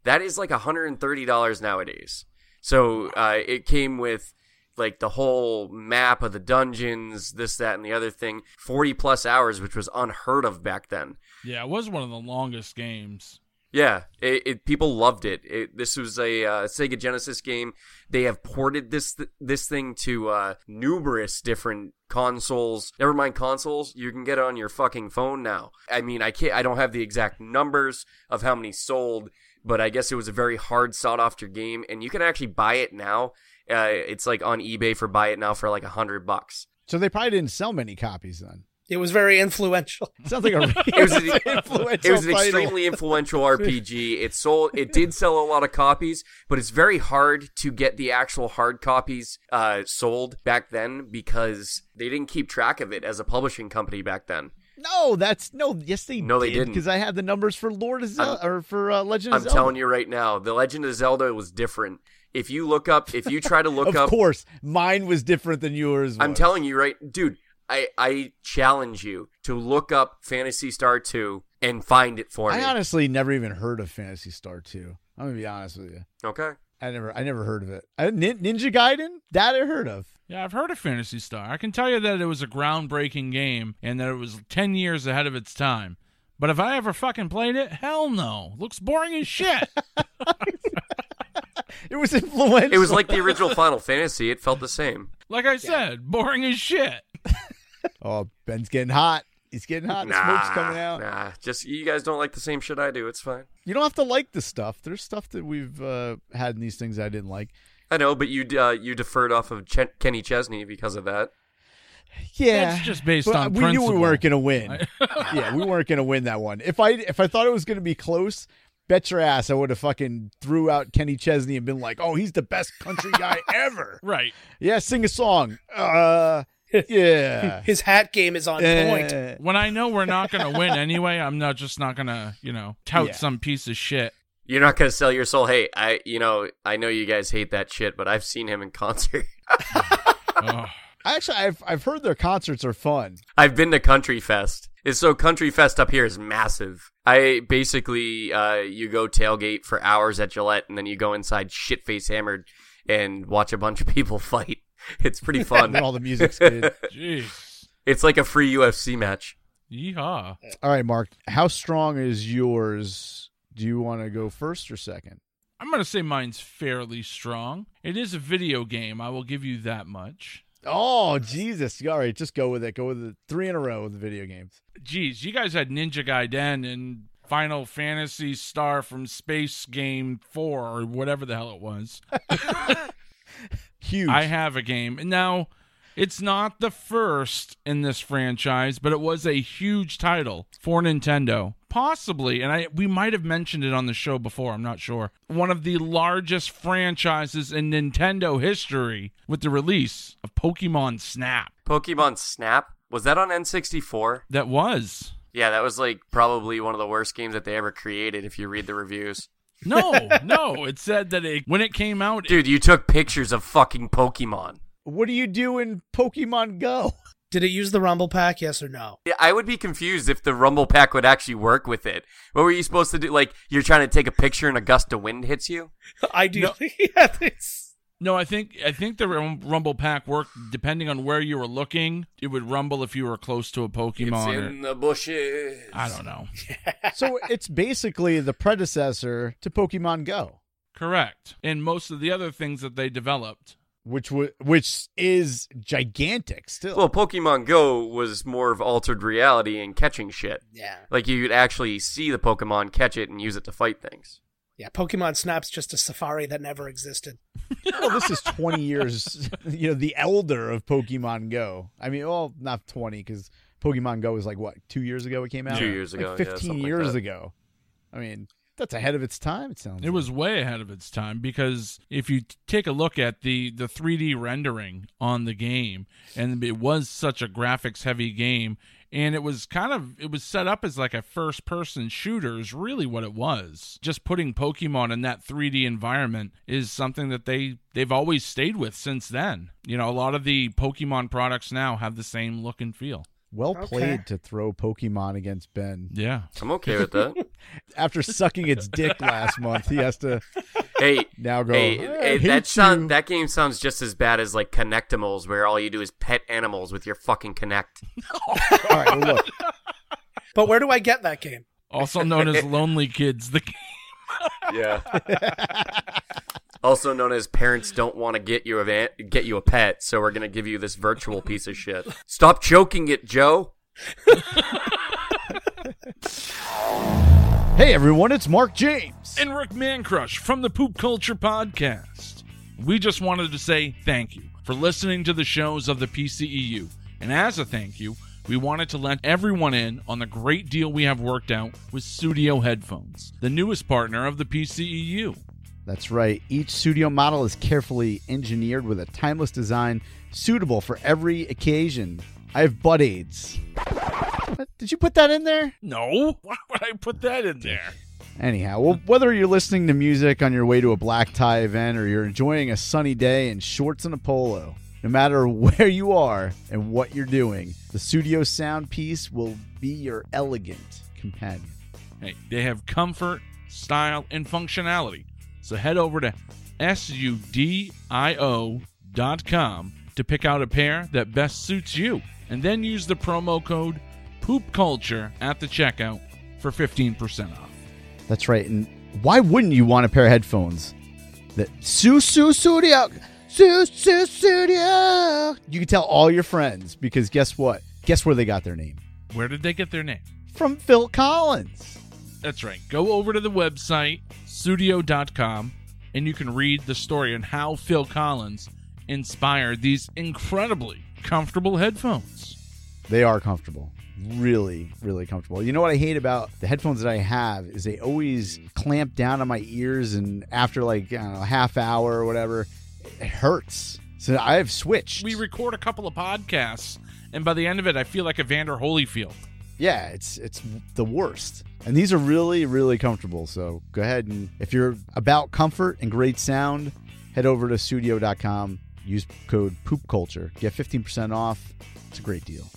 E: That is like $130 nowadays. So uh, it came with like the whole map of the dungeons, this, that, and the other thing. 40 plus hours, which was unheard of back then.
B: Yeah, it was one of the longest games.
E: Yeah, it, it, people loved it. it this was a uh, Sega Genesis game. They have ported this th- this thing to uh, numerous different consoles. Never mind consoles, you can get it on your fucking phone now. I mean, I can't. I don't have the exact numbers of how many sold, but I guess it was a very hard sought after game, and you can actually buy it now. Uh, it's like on eBay for buy it now for like a hundred bucks.
D: So they probably didn't sell many copies then.
F: It was very influential.
D: It sounds like a
E: It was, an,
D: an influential
E: it was an
D: title.
E: extremely influential RPG. It sold, it did sell a lot of copies, but it's very hard to get the actual hard copies uh, sold back then because they didn't keep track of it as a publishing company back then.
D: No, that's no. Yes, they
E: No, they didn't.
D: because I had the numbers for Lord of Zelda or for uh, Legend
E: I'm
D: of Zelda.
E: telling you right now, The Legend of Zelda was different. If you look up, if you try to look
D: Of
E: up,
D: course, mine was different than yours.
E: I'm
D: was.
E: telling you right, dude. I, I challenge you to look up Fantasy Star 2 and find it for me.
D: I honestly never even heard of Fantasy Star Two. I'm gonna be honest with you.
E: okay.
D: I never, I never heard of it. I, Nin- Ninja Gaiden, that I heard of.
B: Yeah, I've heard of Fantasy Star. I can tell you that it was a groundbreaking game and that it was 10 years ahead of its time. But if I ever fucking played it, hell no. Looks boring as shit.
D: It was influential.
E: It was like the original Final Fantasy. It felt the same.
B: like I said, boring as shit.
D: oh, Ben's getting hot. He's getting hot. The Smoke's coming out.
E: Nah, just you guys don't like the same shit I do. It's fine.
D: You don't have to like the stuff. There's stuff that we've uh, had in these things I didn't like.
E: I know, but you uh, you deferred off of Ch- Kenny Chesney because of that.
D: Yeah,
B: That's just based
D: But
B: on
D: we knew
B: principle.
D: we weren't gonna win. yeah, we weren't gonna win that one. If I if I thought it was gonna be close, bet your ass I would have fucking threw out Kenny Chesney and been like, "Oh, he's the best country guy ever."
B: Right.
D: Yeah, sing a song. Uh, yeah.
F: His hat game is on point.
D: Eh.
B: When I know we're not going to win anyway, I'm not just not going to, you know, tout
D: Yeah.
B: some piece of shit.
E: You're not gonna sell your soul. Hey, I you know I know you guys hate that shit, but I've seen him in concert.
B: Ugh.
D: Actually, I've I've heard their concerts are fun.
E: I've been to Country Fest. It's so Country Fest up here is massive. I basically uh, you go tailgate for hours at Gillette, and then you go inside shit face hammered and watch a bunch of people fight. It's pretty fun.
D: When all the music's good.
B: Jeez.
E: it's like a free UFC match.
B: Yeehaw.
D: all right, Mark. How strong is yours? Do you want to go first or second?
B: I'm going to say mine's fairly strong. It is a video game. I will give you that much.
D: Oh Jesus! All right, just go with it. Go with the three in a row with the video games.
B: Jeez, you guys had Ninja Gaiden and Final Fantasy Star from Space Game 4 or whatever the hell it was.
D: Huge.
B: I have a game. And Now, it's not the first in this franchise, but it was a huge title for Nintendo. Possibly, and I we might have mentioned it on the show before, I'm not sure. One of the largest franchises in Nintendo history with the release of Pokemon Snap.
E: Pokemon Snap was that on N64?
B: That was.
E: Yeah, that was like probably one of the worst games that they ever created if you read the reviews.
B: No, no. It said that it, when it came out,
E: Dude, you took pictures of fucking Pokemon.
D: What do you do in Pokemon Go?
F: Did it use the Rumble Pack? Yes or no?
E: Yeah, I would be confused if the Rumble Pack would actually work with it. What were you supposed to do? Like, you're trying to take a picture and a gust of wind hits you?
F: I do. yeah, it's-
B: No, I think I think the rum- rumble pack worked depending on where you were looking. It would rumble if you were close to a Pokemon. or-
E: the bushes.
B: I don't know.
D: so it's basically the predecessor to Pokemon Go,
B: Correct. And most of the other things that they developed.
D: which w- which is gigantic still.
E: Well, Pokemon Go was more of altered reality and catching shit.
F: yeah.
E: Like, you could actually see the Pokemon, catch it, and use it to fight things.
F: Yeah. Pokemon Snap's just a safari that never existed.
D: Well, this is 20 years, you know, the elder of Pokemon Go. I mean, well, not 20 because Pokemon Go was like what two years ago it came out.
E: Two years
D: Like
E: ago, yeah,
D: 15
E: something like
D: years
E: that.
D: ago. I mean, that's ahead of its time. It sounds.
B: It was way ahead of its time because if you t- take a look at the the 3D rendering on the game, and it was such a graphics heavy game, and it was kind of it was set up as like a first person shooter is really what it was. Just putting Pokemon in that 3D environment is something that they they've always stayed with since then. You know, a lot of the Pokemon products now have the same look and feel.
D: well
F: Okay.
D: played to throw Pokemon against Ben
B: Yeah.
E: I'm okay with that.
D: after sucking its dick last month. He has to
E: hey,
D: now go. "Ah,
E: Hey,
D: "I
E: hey,
D: hate
E: that
D: you."
E: sound that game sounds just as bad as like Connectimals, where all you do is pet animals with your fucking Connect.
D: All right, well, look.
F: But where do I get that game?
B: also known as Lonely Kids. The game.
E: Yeah. also known as parents don't want to get you a van- get you a pet, so we're gonna give you this virtual piece of shit. Stop choking it, Joe.
D: Hey everyone, it's Mark James.
B: and Rick Mancrush from the Poop Culture Podcast. We just wanted to say thank you for listening to the shows of the PCEU. And as a thank you, we wanted to let everyone in on the great deal we have worked out with Studio Headphones, the newest partner of the E PCEU.
D: That's right. Each studio model is carefully engineered with a timeless design suitable for every occasion. I have butt aids. What? Did you put that in there?
B: No, why would I put that in there?
D: Anyhow, well, whether you're listening to music on your way to a black tie event or you're enjoying a sunny day in shorts and a polo, no matter where you are and what you're doing, the studio sound piece will be your elegant companion.
B: Hey, they have comfort, style, and functionality. So head over to sudio.com to pick out a pair that best suits you. And then use the promo code poopculture at the checkout for 15% off.
D: That's right. And why wouldn't you want a pair of headphones? That Sue Sue Studio Sue Sue Studio. You can tell all your friends because guess what? Guess where they got their name?
B: Where did they get their name?
D: From Phil Collins.
B: That's right. Go over to the website, studio.com, and you can read the story on how Phil Collins inspired these incredibly comfortable headphones.
D: They are comfortable. Really, really comfortable. You know what I hate about the headphones that I have is they always clamp down on my ears, and after like I don't know, a half hour or whatever, it hurts. So I have switched.
B: we record a couple of podcasts, and by the end of it, I feel like Evander Holyfield.
D: yeah, it's it's the worst. And these are really really comfortable. So go ahead and if you're about comfort and great sound, head over to studio.com, use code poopculture, get 15% off. It's a great deal.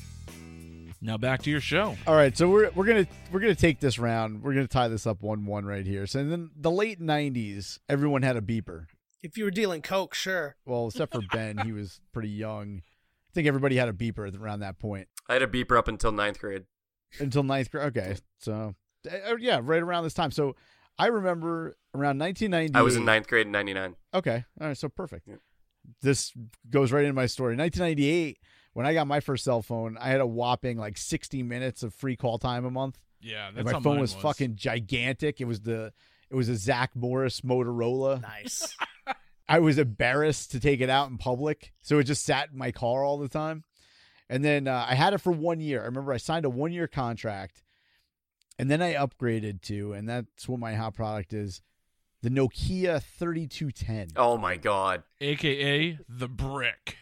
B: Now back to your show.
D: All right, so we're we're gonna we're gonna take this round. We're gonna tie this up one one right here. So then the late '90s, everyone had a beeper.
F: If you were dealing coke, sure.
D: Well, except for Ben, he was pretty young. I think everybody had a beeper around that point
E: I had a beeper up until ninth grade.
D: until ninth grade. Okay, so uh, yeah, right around this time. So I remember around 1990.
E: I was in ninth grade in '99.
D: Okay. All right. So perfect. This goes right into my story. 1998, when I got my first cell phone, I had a whopping like 60 minutes of free call time a month.
B: Yeah,
D: and my phone was, fucking gigantic. It was the it was a Zach Morris Motorola.
F: Nice.
D: I was embarrassed to take it out in public, so it just sat in my car all the time. And then uh, I had it for one year. I remember I signed a one year contract, and then I upgraded to, and that's what my hot product is, the Nokia 3210.
E: Oh my god.
B: aka the brick.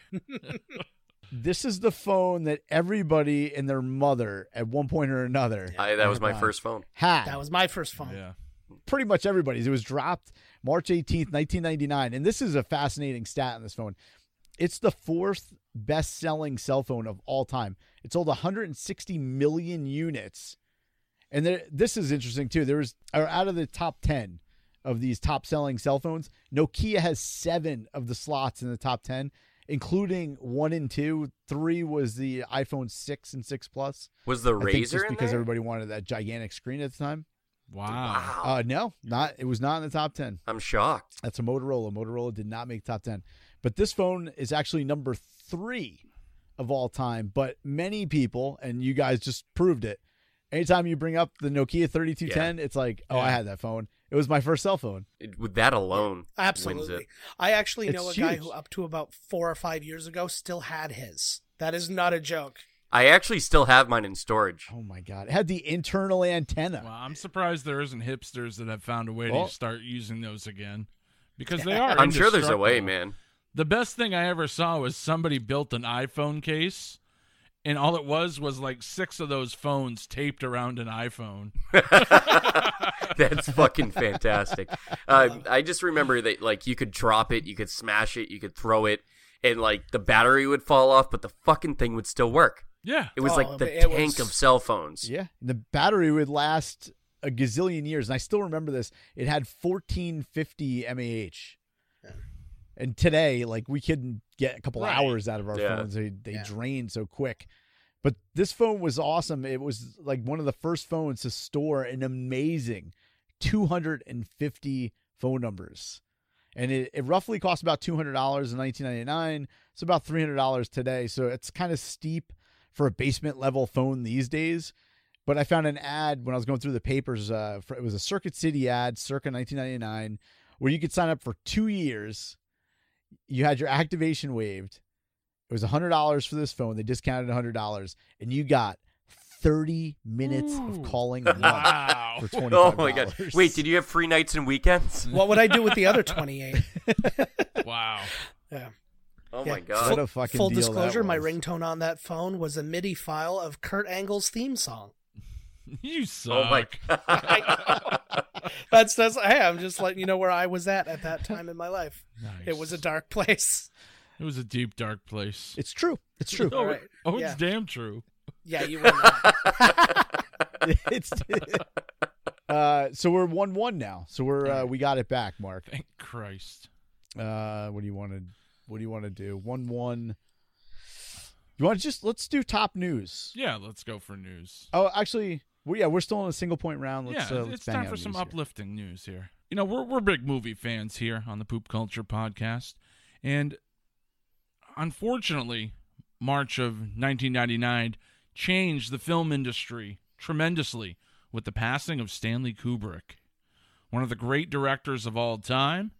D: This is the phone that everybody and their mother, at one point or another,
E: I, that was my first phone.
D: had.
F: That was my first phone.
B: Yeah,
D: pretty much everybody's. It was dropped March 18th, 1999. And this is a fascinating stat on this phone. It's the fourth best selling cell phone of all time. It sold 160 million units. And there, this is interesting too. There was or out of the top 10 of these top selling cell phones, Nokia has seven of the slots in the top 10, including one and two. Three was the iPhone 6 and 6 Plus.
E: Was the
D: I think
E: razor
D: just
E: in
D: because
E: there?
D: everybody wanted that gigantic screen at the time.
B: wow.
D: Uh, no, not it was not in the top 10.
E: I'm shocked.
D: That's a Motorola. Motorola did not make top 10. But this phone is actually number three of all time. But many people, and you guys just proved it, anytime you bring up the Nokia 3210, it's like, oh, I had that phone. It was my first cell phone.
E: It, with that alone, wins
F: Absolutely.
E: it.
F: I actually know
D: It's
F: a guy
D: huge.
F: who, up to about four or five years ago, still had his. That is not a joke.
E: I actually still have mine in storage.
D: Oh my God. It had the internal antenna.
B: Well, I'm surprised there isn't hipsters that have found a way
D: Well-
B: to start using those again, because they are.
E: I'm sure there's a way,
B: indestructible.
E: man.
B: The best thing I ever saw was somebody built an iPhone case, and all it was was like six of those phones taped around an iPhone.
E: That's fucking fantastic. Uh, I just remember that like you could drop it, you could smash it, you could throw it, and like the battery would fall off, but the fucking thing would still work.
B: Yeah,
E: It was
F: Oh,
E: like the
F: it was-
E: tank of cell phones.
D: Yeah. And the battery would last a gazillion years. And I still remember this. It had 1450 mAh. And today, like, we couldn't get a couple
B: Right.
D: hours out of our
E: Yeah.
D: phones. They, they drain so quick. But this phone was awesome. It was like one of the first phones to store an amazing 250 phone numbers. And it, it roughly cost about $200 in 1999. It's about $300 today. So it's kind of steep for a basement level phone these days. But I found an ad when I was going through the papers. Uh, for, it was a Circuit City ad, circa 1999, where you could sign up for two years. You had your activation waived. It was $100 for this phone. They discounted $100, and you got 30 minutes of calling a month for $25.
E: Oh my god! Wait, did you have free nights and weekends?
F: What would I do with the other 28?
B: Wow.
F: Yeah.
E: Oh
F: Yeah.
E: my god!
D: What a fucking
F: Full
D: deal that
F: disclosure, my
D: was.
F: ringtone on that phone was a MIDI file of Kurt Angle's theme song.
B: You suck.
E: Oh my god!
F: That's that's hey, I'm just letting you know where I was at at that time in my life. It was a dark place.
B: It was a deep dark place.
D: It's true. It's true.
B: Oh,
F: Alright,
B: oh,
F: yeah.
B: it's damn true.
F: Yeah, you were not.
D: it's uh so we're one one now so we're uh, we got it back mark
B: Thank Christ.
D: uh what do you want to what do you want to do one one you want to just let's do top news
B: Yeah, let's go for news.
D: oh actually well, yeah we're still in a single point round let's
B: yeah,
D: uh,
B: it's-
D: let's
B: it's
D: bang
B: time
D: out
B: for some
D: news here.
B: uplifting news here. You know, we're we're big movie fans here on the Poop Culture podcast, and unfortunately, March of 1999 changed the film industry tremendously with the passing of Stanley Kubrick, one of the great directors of all time.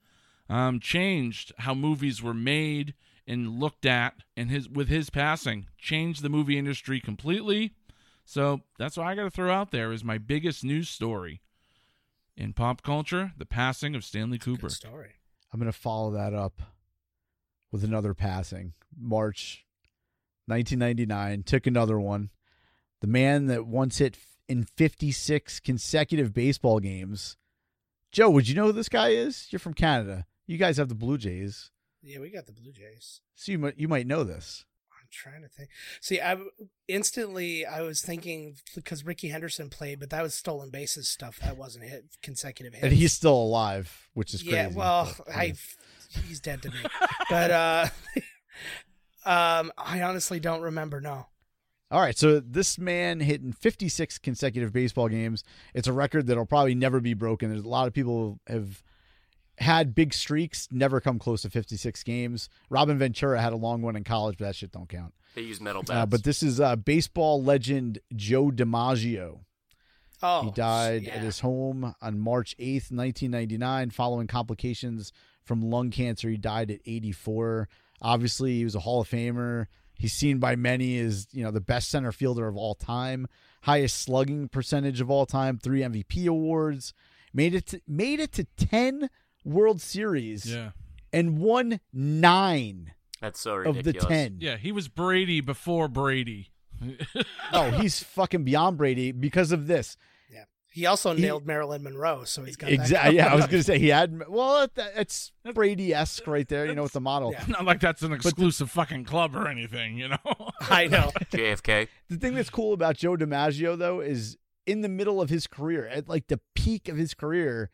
B: Um, changed how movies were made and looked at, and his with his passing changed the movie industry completely. So that's what I got to throw out there is my biggest news story in pop culture: the passing of Stanley
F: Good
B: Kubrick.
F: story.
D: i'm gonna follow that up with another passing march 1999 took another one the man that once hit f- in 56 consecutive baseball games joe would you know who this guy is you're from canada you guys have the blue jays
F: Yeah, we got the Blue Jays.
D: so you might, you might know this
F: I'm trying to think. See, I instantly I was thinking because Ricky Henderson played, but that was stolen bases stuff. That wasn't hit consecutive hits.
D: and he's still alive which is
F: yeah,
D: crazy
F: well,
D: but,
F: I he's dead to me. but uh um I honestly don't remember. No.
D: all right so this man hit in 56 consecutive baseball games it's a record that'll probably never be broken there's a lot of people have had big streaks never come close to 56 games robin ventura had a long one in college but that shit don't count
E: They use metal bats.
D: uh, but this is uh, baseball legend joe dimaggio
F: Oh.
D: He died
F: yeah.
D: at his home on March 8th, 1999, following complications from lung cancer. He died at 84. Obviously, he was a Hall of Famer. He's seen by many as, you know, the best center fielder of all time, highest slugging percentage of all time, 3 MVP awards, made it to, made it to 10 World Series
B: Yeah,
D: and won 9
E: That's so
D: of
E: ridiculous.
D: the 10.
B: yeah, he was Brady before Brady.
D: Oh, he's fucking beyond Brady because of this.
F: Yeah. He also
D: He-
F: nailed Marilyn Monroe, so he's got that
D: Exactly. Yeah, I was gonna say he had. Well, that- it's Brady esque right there. You know, with the model.
F: Yeah.
B: Not like that's an exclusive fucking club or anything, you know.
F: I know.
E: JFK.
D: The thing that's cool about Joe DiMaggio though is in the middle of his career, at like the peak of his career,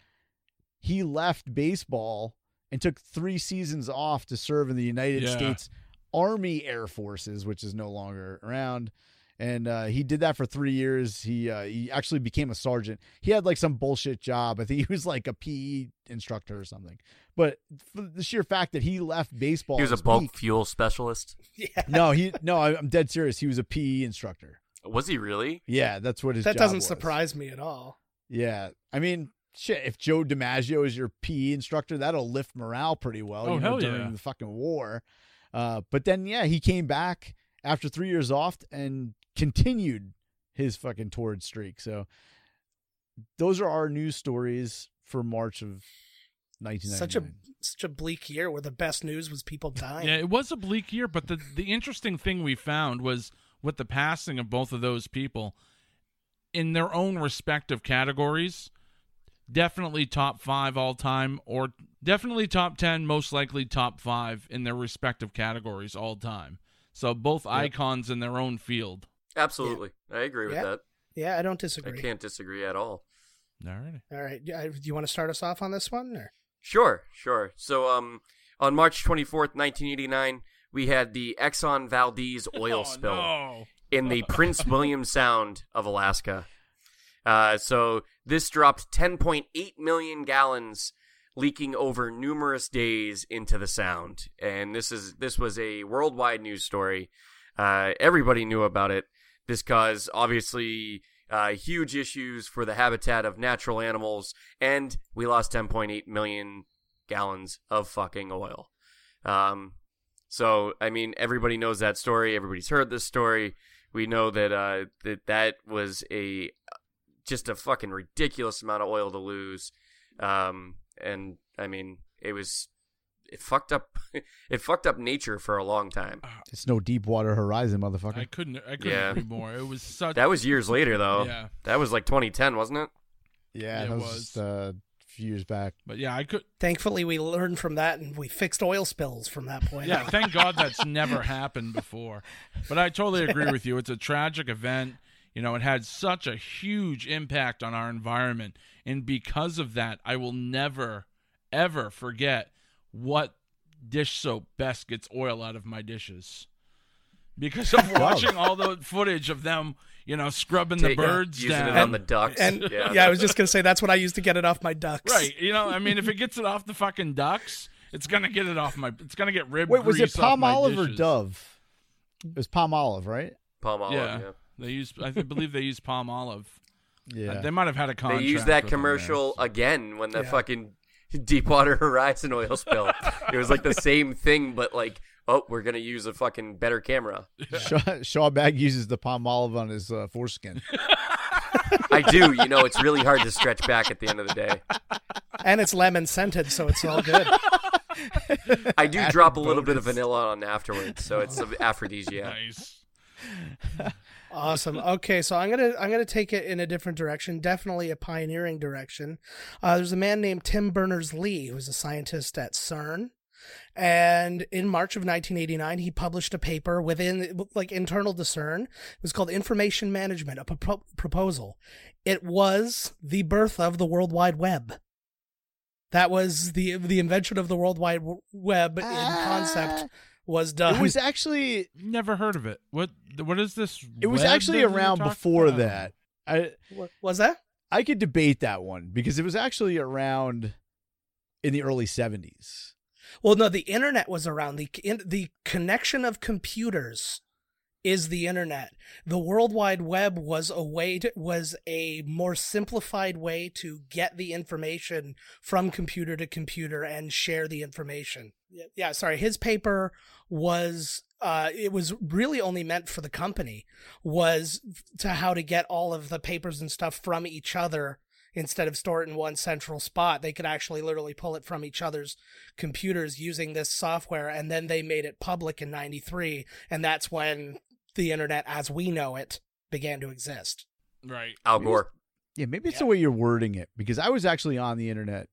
D: he left baseball and took three seasons off to serve in the United
B: Yeah.
D: States Army Air Forces, which is no longer around. And uh, he did that for three years. He uh, he actually became a sergeant. He had like some bullshit job. I think he was like a PE instructor or something. But for the sheer fact that he left baseball,
E: He was a
D: at his
E: bulk
D: peak-
E: fuel specialist.
D: No, he no. I- I'm dead serious. He was a PE instructor.
E: Was he really?
D: Yeah, that's what his
F: that
D: job
F: doesn't
D: was.
F: surprise me at all.
D: Yeah, I mean, shit. If Joe DiMaggio is your PE instructor, that'll lift morale pretty well.
B: Oh,
D: you know,
B: hell
D: during
B: yeah.
D: the fucking war. Uh, but then, yeah, he came back after three years off and continued his fucking torrid streak. So those are our news stories for March of 1999.
F: Such a such a bleak year where the best news was people dying.
B: Yeah, it was a bleak year, but the the interesting thing we found was with the passing of both of those people in their own respective categories, definitely top 5 all time or definitely top 10, most likely top 5 in their respective categories all time. So both icons in their own field.
E: Absolutely. I agree with
F: Yeah,
E: that.
F: Yeah, I don't
E: I
F: disagree.
E: can't disagree at all.
B: All right.
F: All right, yeah, I- do you want to start us off on this one? Or?
E: Sure, sure. So, um, on March 24th, 1989, we had the Exxon Valdez oil spill.
B: Oh, No.
E: in the Prince William Sound of Alaska. Uh, so this dropped 10.8 million gallons, leaking over numerous days into the sound. And this is this was a worldwide news story. Uh, everybody knew about it. This caused obviously uh, huge issues for the habitat of natural animals, and we lost 10.8 million gallons of fucking oil. Um, so I mean, everybody knows that story. Everybody's heard this story. We know that uh, that that was a just a fucking ridiculous amount of oil to lose. Um, and I mean, it was it fucked up it fucked up nature for a long time.
B: Uh,
D: It's no deep water horizon, motherfucker.
B: I couldn't. I couldn't
E: Yeah.
B: agree more. It was such.
E: That was years later though.
B: Yeah.
E: That was like 2010, wasn't it?
D: yeah,
B: it
D: that was,
B: was.
D: just, uh, a few years back.
B: but yeah, I could.
F: Thankfully, we learned from that and we fixed oil spills from that point.
B: Yeah,
F: on.
B: thank God that's never happened before. But I totally agree with you. It's a tragic event. You know, it had such a huge impact on our environment. And because of that, I will never, ever forget what dish soap best gets oil out of my dishes. Because of watching all the footage of them, you know, scrubbing the
E: Take-
B: birds
E: using
B: down.
E: it on the ducks.
F: And yeah. I was just gonna say that's what I used to get it off my ducks.
B: right. You know, I mean, if it gets it off the fucking ducks, it's going to get it off my, it's going to get rib
D: Wait, was it
B: grease off
D: palm
B: my
D: olive or
B: dishes.
D: dove? It was palm olive, right?
E: palm olive.
B: yeah.
E: Oh, Yeah.
B: They use. I th- believe they use palm olive. Uh,
D: Yeah.
B: They might have had a contract.
E: They used that
B: with them there.
E: commercial again when the
F: Yeah.
E: fucking Deepwater Horizon oil spill. it was like the same thing, but like, oh, we're gonna use a fucking better camera.
D: Shaw, Shaw Bag uses the palm olive on his uh, foreskin.
E: I do. You know, it's really hard to stretch back at the end of the day.
F: And it's lemon scented, so it's all good.
E: I do drop a little bit of vanilla on afterwards, so it's an aphrodisiac.
B: Nice.
F: Awesome. Okay, so I'm gonna I'm gonna take it in a different direction, definitely a pioneering direction. Uh, there's a man named Tim Berners Lee who's a scientist at CERN, and in March of 1989, he published a paper within like internal to CERN. It was called Information Management: A Propo- Proposal. It was the birth of the World Wide Web. That was the the invention of the World Wide W- Web in concept was done.
D: Ah. It was actually
B: Never heard of it. What? What is this?
D: it was
B: web
D: actually
B: that we were
D: around
B: talking
D: before
B: about?
D: that. I
F: Wha- was that?
D: I could debate that one because it was actually around in the early 70s.
F: Well, no, the internet was around. The in, the connection of computers is the internet. The World Wide Web was a way to, was a more simplified way to get the information from computer to computer and share the information. Yeah, Yeah, sorry, his paper was uh it was really only meant for the company was to how to get all of the papers and stuff from each other instead of store it in one central spot they could actually literally pull it from each other's computers using this software and then they made it public in 93 and that's when the internet as we know it began to exist
B: Right.
E: Al Gore.
D: Yeah, maybe it's the way you're wording it because I was actually on the internet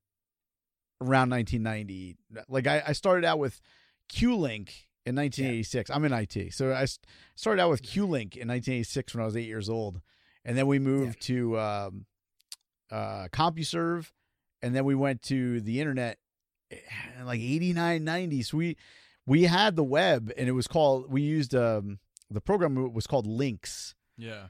D: around 1990. Like I, I started out with Q-Link in 1986. I'm in IT, so I s- started out with Q-Link in 1986 when I was eight years old, and then we moved to um, uh, CompuServe, and then we went to the internet in like 89, 90. So we we had the web, and it was called. We used um, the program was called Links
B: Yeah.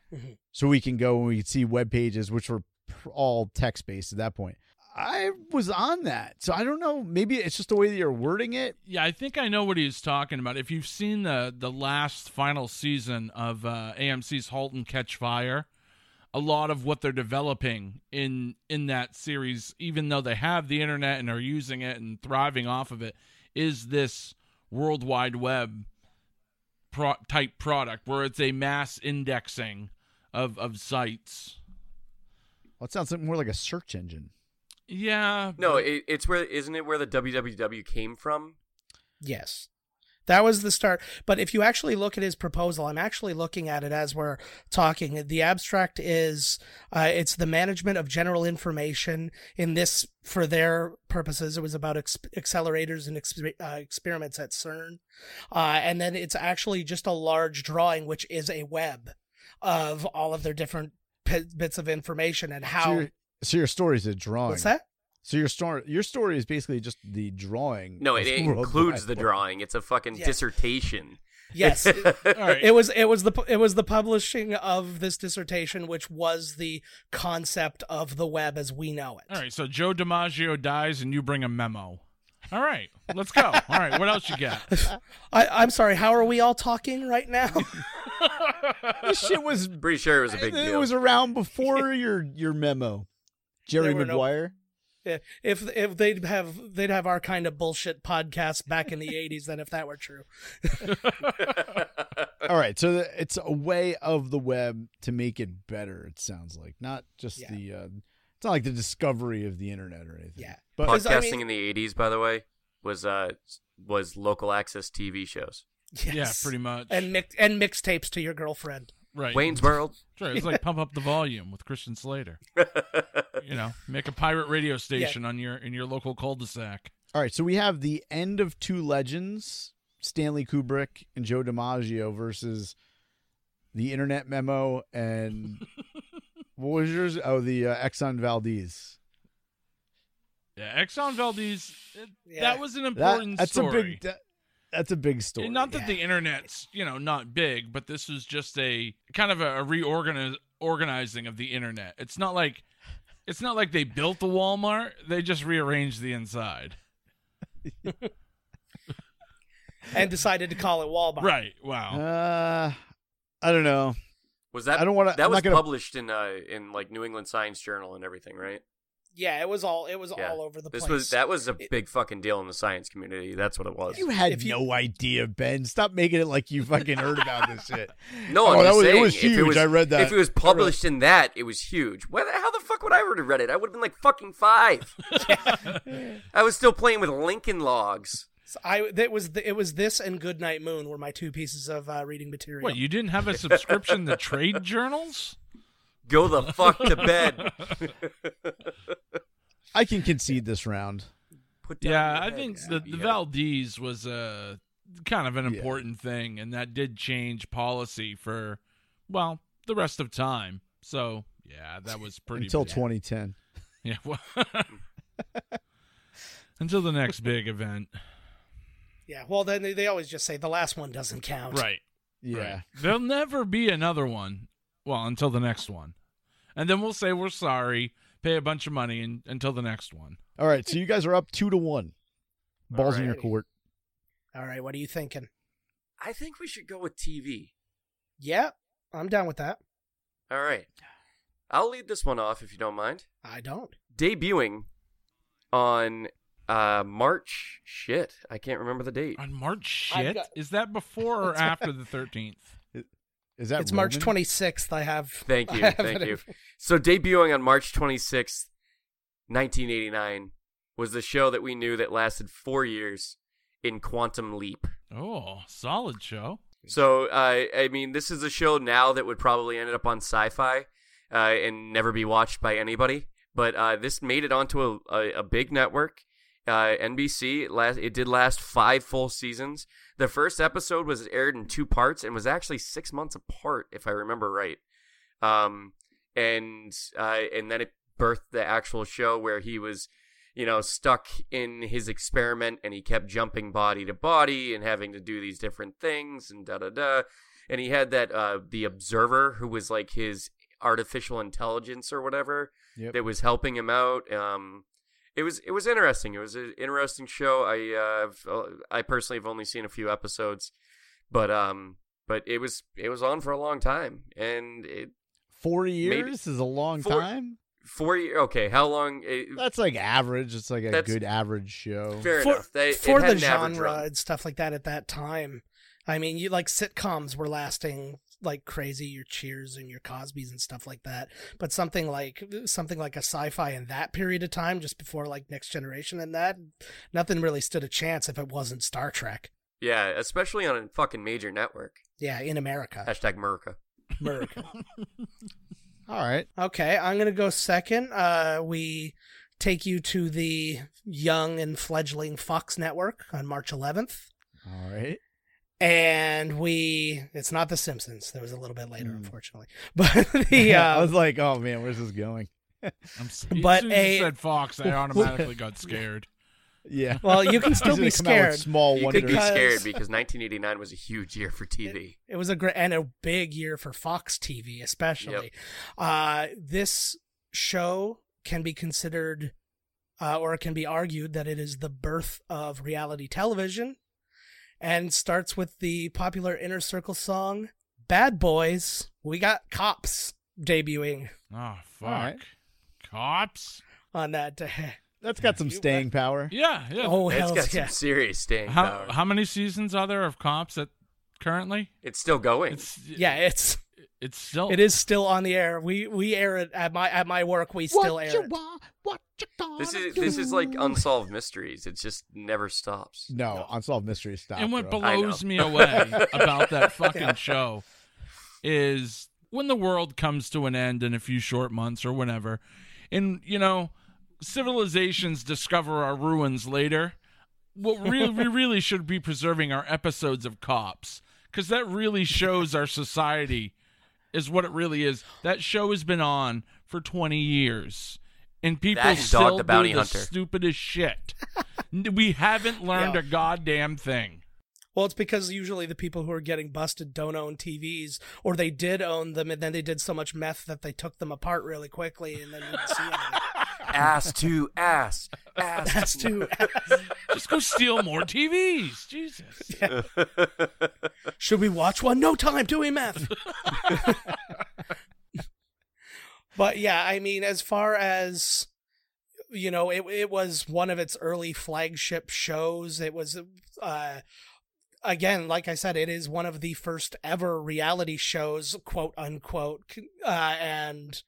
D: so we can go and we can see web pages which were pr- all text based at that point i was on that so i don't know maybe it's just the way that you're wording it
B: Yeah. I think I know what he's talking about. If you've seen the the last final season of uh, AMC's *Halt and Catch Fire*, a lot of what they're developing in in that series, even though they have the internet and are using it and thriving off of it, is this World Wide Web pro- type product where it's a mass indexing of of sites.
D: well, it sounds more like a search engine
B: Yeah.
E: No, it, it's where isn't it where the WWW came from?
F: yes that was the start but if you actually look at his proposal i'm actually looking at it as we're talking the abstract is uh, it's the management of general information in this for their purposes it was about ex- accelerators and exper- uh, experiments at cern uh, and then it's actually just a large drawing which is a web of all of their different p- bits of information and
D: so
F: how
D: your, so your story is a drawing
F: what's that
D: so your story your story is basically just the drawing
E: No,
D: of
E: it,
D: the
E: it
D: World
E: includes
D: Wide
E: the
D: Web.
E: drawing. It's a fucking
F: Yeah.
E: dissertation.
F: Yes, it,
B: All right.
F: it was it was the it was the publishing of this dissertation, which was the concept of the web as we know it.
B: All right. So Joe DiMaggio dies, and you bring a memo. All right. Let's go. All right. What else you got?
F: I, I'm sorry. How are we all talking right now?
D: This shit was
E: Pretty sure it was a big
D: it
E: deal.
D: was around before your your memo. Jerry
F: There were no-
D: Maguire.
F: if if they'd have they'd have our kind of bullshit podcast back in the 80s, then if that were true.
D: All right, so the- it's a way of the web to make it better. It sounds like not just
F: Yeah.
D: the. Uh, it's not like the discovery of the internet or anything.
F: Yeah.
D: but
F: Because, I
E: Podcasting
F: mean-
E: in the '80s, by the way, was uh was local access TV shows.
F: Yes.
B: pretty much.
F: And mix and mixtapes to your girlfriend.
B: Right.
E: Wayne's World.
B: Sure, it's like pump up the volume with Christian Slater. you know, make a pirate radio station on your in your local cul-de-sac.
D: all right, so we have the end of two legends: Stanley Kubrick and Joe DiMaggio versus the internet memo and what was yours? Oh, the uh, Exxon Valdez.
B: Yeah, Exxon Valdez. it-
F: Yeah.
B: That was an
D: That,
B: important
D: that's
B: story.
D: a big. That, that's a big story.
B: Not that the internet's you know not big, but this was just a kind of a, a reorganizing organizing of the internet. It's not like it's not like they built the Walmart; they just rearranged the inside.
F: And decided to call it Walmart.
B: Right? Wow.
D: Uh, I don't know.
E: Was that?
D: I don't wanna-
E: That
D: I'm
E: was
D: not gonna-
E: published in uh in like New England Science Journal and everything, right?
F: Yeah, it was all it was
E: Yeah.
F: all over the
E: this
F: place.
E: was that was a big fucking deal in the science community. That's what it was.
D: You had
F: If you-
D: no idea, Ben. Stop making it like you fucking heard about this shit.
E: No, I'm
D: Oh, that
E: just
D: was- it
E: saying,
D: was
E: if
D: huge. I read that.
E: If it was published in that, it was huge. Whether how the fuck would I have read it? I would have been like fucking five. I was still playing with Lincoln Logs.
F: So I that was th- it was this and Goodnight Moon were my two pieces of uh, reading material.
B: What? You didn't have a subscription to trade journals?
E: Go the fuck to bed.
D: I can concede this round.
E: Put down
B: Yeah,
E: your
B: I
E: head.
B: think the, the
E: Yeah.
B: Valdez was a kind of an
D: Yeah.
B: important thing, and that did change policy for well the rest of time. So yeah, that was pretty
D: until
B: big.
D: 2010.
B: Yeah, well, until the next big event,
F: Yeah. Well, then they, they always just say the last one doesn't count.
B: right?
D: Yeah.
B: right. there'll never be another one. Well, until the next one, and then we'll say we're sorry, pay a bunch of money, and until the next one.
D: All right. So you guys are up two to one. Balls in your
F: Alrighty.
D: court.
F: All right. What are you thinking?
E: I think we should go with TV.
F: Yeah, I'm down with that.
E: All right, I'll lead this one off if you don't mind.
F: I don't.
E: Debuting on uh March shit. I can't remember the date.
B: On March
F: I've
B: shit,
F: got-
B: is that before or after the thirteenth?
D: Is that
F: it's March
D: Roman?
F: 26th. I have.
E: Thank you.
F: I have
E: Thank
F: it.
E: you. So debuting on March 26th, 1989 was the show that we knew that lasted 4 years in Quantum Leap.
B: Oh, solid show.
E: So uh, I mean this is a show now that would probably end up on Sci-Fi uh, and never be watched by anybody, but uh, this made it onto a a, a big network. Uh, NBC it last it did last five full seasons. The first episode was aired in two parts and was actually six months apart, if I remember right. um, and uh, and then it birthed the actual show where he was, you know, stuck in his experiment and he kept jumping body to body and having to do these different things and da da da, and he had that uh, the observer who was like his artificial intelligence or whatever
D: Yep.
E: that was helping him out. Um, it was it was interesting. It was an interesting show. I uh, I've, uh, I personally have only seen a few episodes, but um, but it was it was on for a long time, and it
D: Four years is a long
E: Four-
D: time.
E: Four year. Okay, how long? It,
D: That's like average. It's like a
E: That's-
D: good average show.
E: fair
F: Uh, for,
E: enough. They, it
F: for
E: had
F: the
E: an average
F: genre
E: run.
F: and stuff like that at that time. I mean, you like sitcoms were lasting like crazy, your Cheers and your Cosby's and stuff like that. But something like something like a sci-fi in that period of time, just before like Next Generation and that, nothing really stood a chance if it wasn't Star Trek.
E: Yeah, especially on a fucking major network.
F: Yeah, in America.
E: Hashtag America.
F: America.
D: All right.
F: Okay, I'm gonna go second. Uh, we take you to the young and fledgling Fox Network on March 11th.
D: All right.
F: and we it's not the simpsons that was a little bit later unfortunately but the
D: Hmm. I
F: uh,
D: was like, oh man, where's this going?
B: I'm s-
F: But
B: as soon as you
F: a-
B: said Fox, I automatically got scared.
D: Yeah.
F: Well, you can still
D: He's
F: be
D: gonna come out with
F: scared.
D: Small
E: You could be
D: wonders.
F: Because-
E: scared because 1989 was a huge year for TV.
F: It was a great and a big year for Fox TV, especially. Uh, this show can be considered, uh, or it can be argued that it is the birth of reality television, and starts with the popular Inner Circle song "Bad Boys." We got cops debuting
B: Oh fuck.
D: right.
B: Cops.
F: on that day.
D: That's got some staying power.
B: Yeah, yeah.
F: Oh
E: It's
F: hell
E: got some
F: yeah!
E: serious staying
B: how
E: power.
B: how many seasons are there of Cops that currently?
E: it's still going.
B: It's
F: Yeah, it's
B: it's
E: Oh.
B: still
F: it is still on the air. We we air it at my at my work. We still air it.
D: want? What you gonna
E: this is this is like
D: do?
E: unsolved mysteries. It just never stops.
D: no unsolved mystery stop.
B: And what
D: bro.
E: I know.
B: blows me away about that fucking show is when the world comes to an end in a few short months or whenever, and you know, civilizations discover our ruins later. What really, we really should be preserving are episodes of cops because that really shows our society is what it really is. That show has been on for 20 years, and people
E: That is Dog
B: still
E: the Bounty
B: do the
E: Hunter.
B: stupidest shit. we haven't learned
F: Yeah.
B: a goddamn thing.
F: Well, it's because usually the people who are getting busted don't own TVs, or they did own them, and then they did so much meth that they took them apart really quickly, and then you didn't see anything.
E: ass to ass, ass.
F: That's too.
B: Just go steal more TVs. Jesus.
F: Should we watch one? No time doing meth. but yeah, I mean, as far as you know, it it was one of its early flagship shows. It was, uh, again, like I said, it is one of the first ever reality shows, quote unquote, uh, and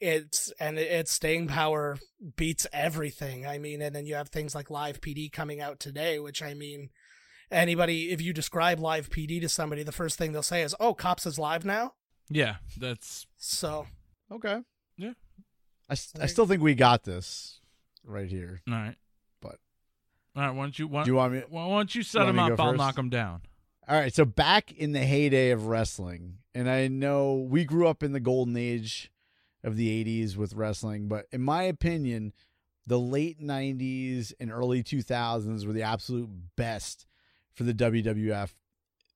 F: it's and it- its staying power beats everything. I mean, and then you have things like Live PD coming out today, which I mean anybody if you describe live PD to somebody, the first thing they'll say is, "Oh, cops is live now."
B: Yeah, that's
F: So
D: Okay.
B: Yeah.
D: I, s- I still think we got this right here.
B: all right.
D: But-
B: all right, why don't you why,
D: Do you want me?
B: why don't you set
D: want
B: them
D: me
B: up?
D: to
B: I'll
D: go first?
B: knock them down.
D: All right. So back in the heyday of wrestling, and I know we grew up in the golden age of the 80s with wrestling, but in my opinion, the late 90s and early 2000s were the absolute best for the WWF.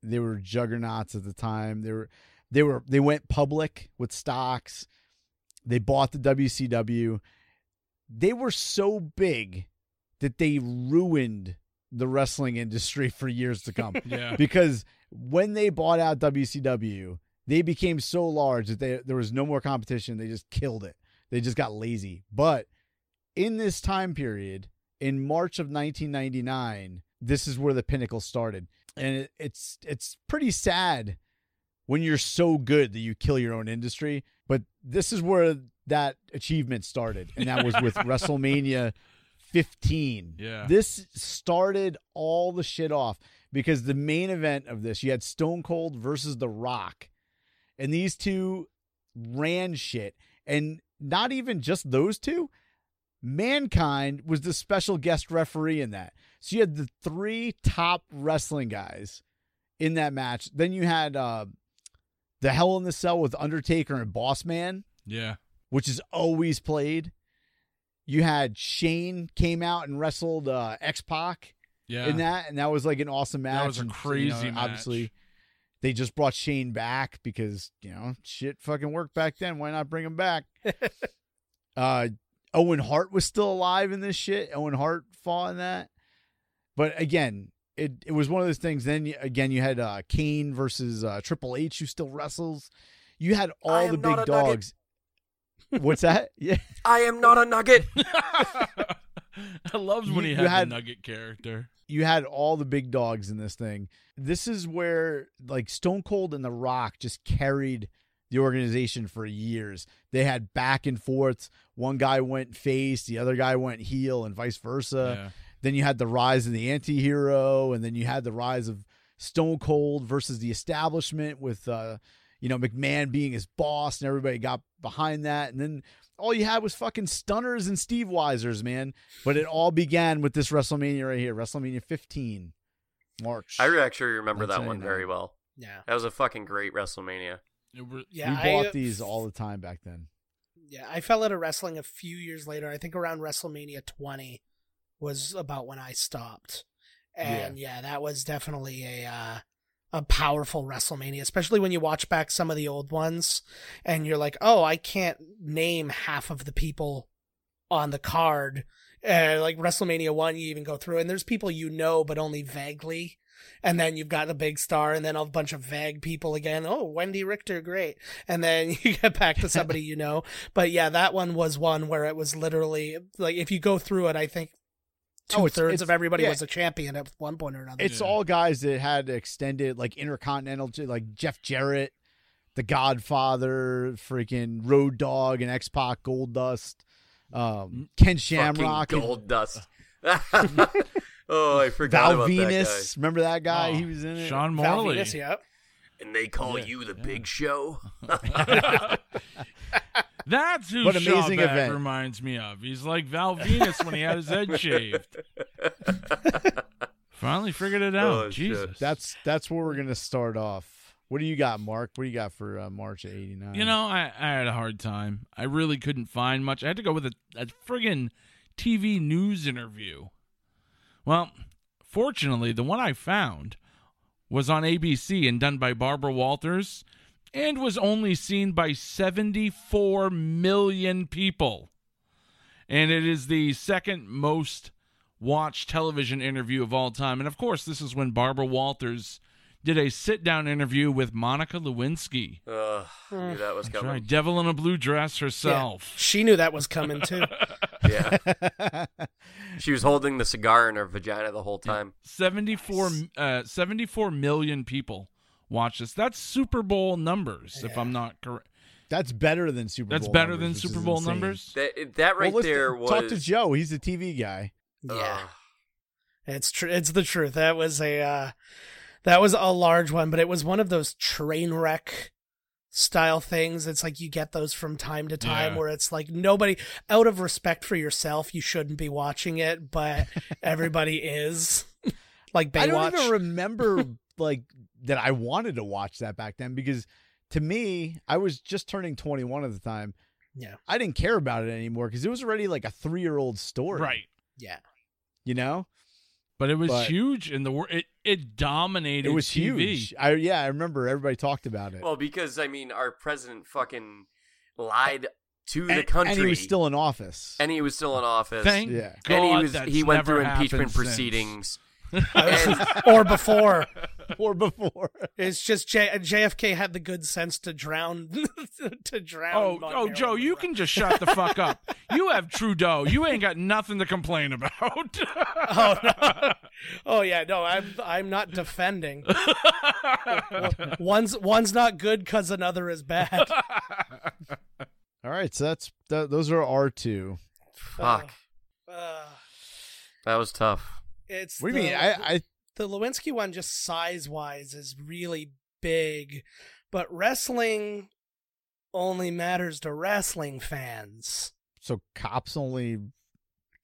D: They were juggernauts at the time. They were they were they went public with stocks. They bought the WCW. They were so big that they ruined the wrestling industry for years to come.
B: Yeah.
D: because when they bought out WCW, they became so large that they, there was no more competition. They just killed it. They just got lazy. But in this time period, in March of 1999, this is where the pinnacle started, and it, it's it's pretty sad when you're so good that you kill your own industry. But this is where that achievement started, and that was with WrestleMania 15.
B: Yeah.
D: This started all the shit off because the main event of this, you had Stone Cold versus The Rock, and these two ran shit. And not even just those two, Mankind was the special guest referee in that. So you had the three top wrestling guys in that match. Then you had uh, the Hell in the Cell with Undertaker and Boss Man
B: Yeah.
D: which is always played. You had Shane came out and wrestled uh, X Pac
B: Yeah.
D: in that, and that was like an awesome match.
B: was a
D: And,
B: crazy match.
D: Obviously, they just brought Shane back because you know shit fucking worked back then. Why not bring him back? uh, Owen Hart was still alive in this shit. Owen Hart fought in that, but again, it it was one of those things. Then you- again, you had uh, Kane versus uh, Triple H, who still wrestles. You had
E: I
D: all
E: am
D: the
E: not
D: big
E: a nugget.
D: dogs. What's that? Yeah.
E: I am not a nugget.
B: I loved when he
D: You- you
B: had,
D: had-
B: the nugget character.
D: you had all the big dogs in this thing. This is where like Stone Cold and The Rock just carried the organization for years. They had back and forths. One guy went face, the other guy went heel, and vice versa.
B: yeah.
D: Then you had the rise of the anti-hero, and then you had the rise of Stone Cold versus the establishment with uh, you know, McMahon being his boss, and everybody got behind that. And then all you had was fucking stunners and Steve Weisers, man. But it all began with this WrestleMania right here, WrestleMania 15, March.
E: I actually remember that one
D: 1989.
E: very well.
F: yeah,
E: That was a fucking great WrestleMania.
B: It were-
D: we
F: yeah. I, uh,
D: bought these all the time back then.
F: Yeah, I fell out of wrestling a few years later. I think around WrestleMania 20 was about when I stopped. And yeah, that was definitely a uh, a powerful WrestleMania, especially when you watch back some of the old ones and you're like, "Oh, I can't name half of the people on the card." Uh, like WrestleMania 1, you even go through and there's people you know but only vaguely. And then you've got the big star and then a bunch of vague people again. Oh, Wendy Richter, great. And then you get back to somebody you know. But yeah, that one was one where it was literally like if you go through it, I think two
D: Oh, it's-
F: thirds
D: it's-
F: of everybody
D: yeah.
F: was a champion at one point or another.
D: It's all guys that had extended, like intercontinental, like Jeff Jarrett, The Godfather, freaking Road Dog, and X Pac, Gold Dust,
B: Mm-hmm.
D: um, Ken Shamrock,
E: Fucking
D: and
E: gold dust. oh, I forgot
D: Val
E: about
D: Venus. Remember that guy?
B: Oh,
D: he was in it.
B: Sean
F: Val
B: Morley.
F: Venus, yeah.
E: that guy. And they call you the Big Show.
B: That's who
D: What
B: what
D: an amazing event.
B: reminds me of. He's like Val Venus when he had his head shaved. Finally figured it out.
E: Oh, shit.
B: Jesus.
D: That's that's where we're gonna start off. What do you got, Mark? What do you got for uh, March of '89?
B: You know, I, I had a hard time. I really couldn't find much. I had to go with a, a friggin' TV news interview. Well, fortunately, the one I found was on ABC and done by Barbara Walters and was only seen by 74 million people. And it is the second most watched television interview of all time. And of course, this is when Barbara Walters did a sit down interview with Monica Lewinsky.
E: Ugh, I knew that was
B: That's right.
E: coming.
B: Devil in a blue dress herself.
F: She knew that was coming too.
E: Yeah. she was holding the cigar in her vagina the whole time.
B: 74, uh, 74 million people watch this. That's Super Bowl numbers, if I'm not correct.
D: that's better than Super.
B: That's
D: Bowl
B: better
D: numbers,
B: than
D: which is
B: Super Bowl
D: insane.
B: numbers.
E: That, that right
D: Well, let's
E: there
D: t-
E: was.
D: talk to Joe. He's a TV guy.
F: yeah.
E: Ugh.
F: It's true. It's the truth. That was a uh, that was a large one, but it was one of those train wreck style things. It's like you get those from time to time,
B: Yeah.
F: where it's like nobody, out of respect for yourself, you shouldn't be watching it, but everybody is. like
D: I don't
F: Baywatch.
D: even remember like that. I wanted to watch that back then because to me, I was just turning 21 at the time.
F: Yeah.
D: I didn't care about it anymore because it was already like a three year old story.
B: Right.
F: yeah,
D: You know,
B: But it was
D: But-
B: huge in the world. It, it dominated
D: it was
B: TV.
D: huge. I yeah, I remember everybody talked about it.
E: Well, because, I mean, our president fucking lied to the
D: And-
E: country.
D: and he was still in office.
E: and he was still in office.
B: Thank
D: Yeah.
B: God
E: and he was
B: that's
E: he went
B: never
E: through
B: happened
E: impeachment
B: since.
E: proceedings.
F: or before.
D: or before.
F: It's just J- JFK had the good sense to drown. to drown.
B: Oh,
F: Von
B: oh,
F: Marilyn
B: Joe, you
F: Monroe.
B: can just shut the fuck up. You have Trudeau. You ain't got nothing to complain about.
F: Oh no! Oh yeah, no, I'm I'm not defending. one's one's not good because another is bad.
D: All right, so that's th- those are our two.
E: Fuck,
F: Uh,
E: that was tough.
F: it's
D: What do you
F: the-
D: mean? I, I
F: the Lewinsky one just size wise is really big, but wrestling only matters to wrestling fans.
D: so cops only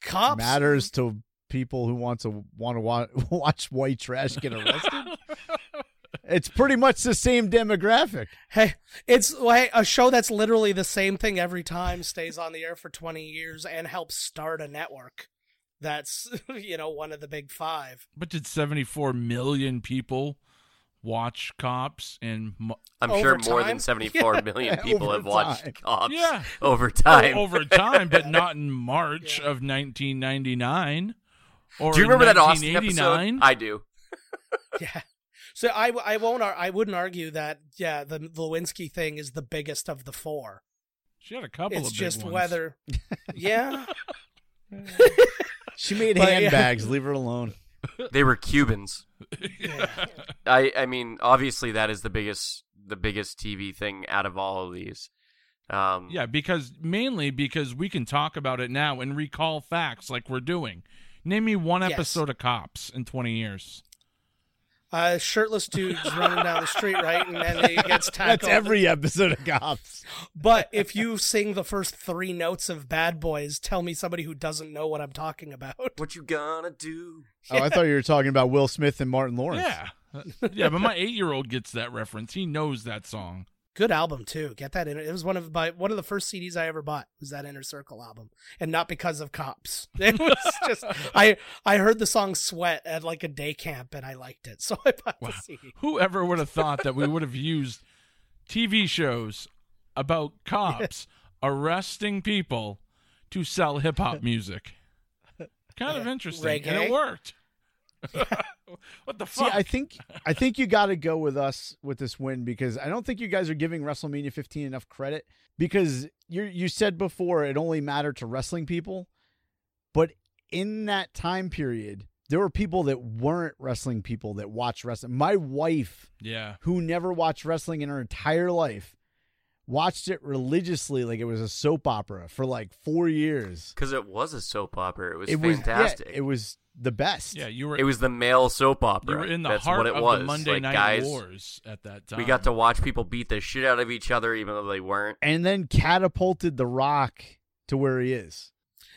F: Cops
D: matters to people who want to want to watch, watch white trash get arrested. it's pretty much the same demographic.
F: Hey, it's like a show that's literally the same thing every time stays on the air for 20 years and helps start a network. That's, you know, one of the big five.
B: but did 74 million people watch Cops and Mo-
E: I'm
F: Over
E: sure more
F: time?
E: than 74 million people
D: over
E: have watched
D: time.
E: Cops
B: Yeah.
E: over time.
B: over time, but not in March of 1999. Or
E: do you
B: in
E: remember that Austin episode?
B: 1989.
E: I do.
F: Yeah. So I, w- I won't, ar- I wouldn't argue that, yeah, the Lewinsky thing is the biggest of the four.
B: She had a couple
F: It's
B: of big
F: just
B: ones.
F: whether, yeah,
D: She made
F: But, yeah.
D: handbags. Leave her alone.
E: They were Cubans.
F: yeah.
E: I I mean, obviously that is the biggest the biggest TV thing out of all of these. Um,
B: Yeah, because mainly because we can talk about it now and recall facts like we're doing. Name me one
F: Yes.
B: episode of Cops in 20 years.
F: Uh, shirtless dudes running down the street, right? And then he gets tackled.
D: That's every episode of Cops.
F: But if you sing the first three notes of Bad Boys, tell me somebody who doesn't know what I'm talking about.
E: What you gonna do?
D: Oh, I thought you were talking about Will Smith and Martin Lawrence.
B: Yeah. yeah, but my eight year old gets that reference. He knows that song.
F: Good album too. Get that in. It was one of my one of the first CDs I ever bought was that Inner Circle album, and not because of Cops. It was just I I heard the song Sweat at like a day camp and I liked it, so I bought the CD.
B: Whoever would have thought that we would have used TV shows about cops arresting people to sell hip hop music? Kind of interesting. And
F: Reggae?
B: it worked. what the
D: See,
B: fuck?
D: I think I think you got to go with us with this win because I don't think you guys are giving WrestleMania 15 enough credit because you you said before it only mattered to wrestling people, but in that time period there were people that weren't wrestling people that watched wrestling. My wife
B: yeah.
D: who never watched wrestling in her entire life watched it religiously like it was a soap opera for like 4 years.
E: because it was a soap opera. It was
D: It was yeah,
E: fantastic.
D: it was the best.
B: Yeah, you were
E: It was the male soap opera.
B: you were in the
E: That's
B: heart
E: what it
B: of
E: was.
B: the Monday
E: like,
B: Night
E: guys,
B: Wars at that time.
E: We got to watch people beat the shit out of each other, even though they weren't.
D: and then catapulted The Rock to where he is.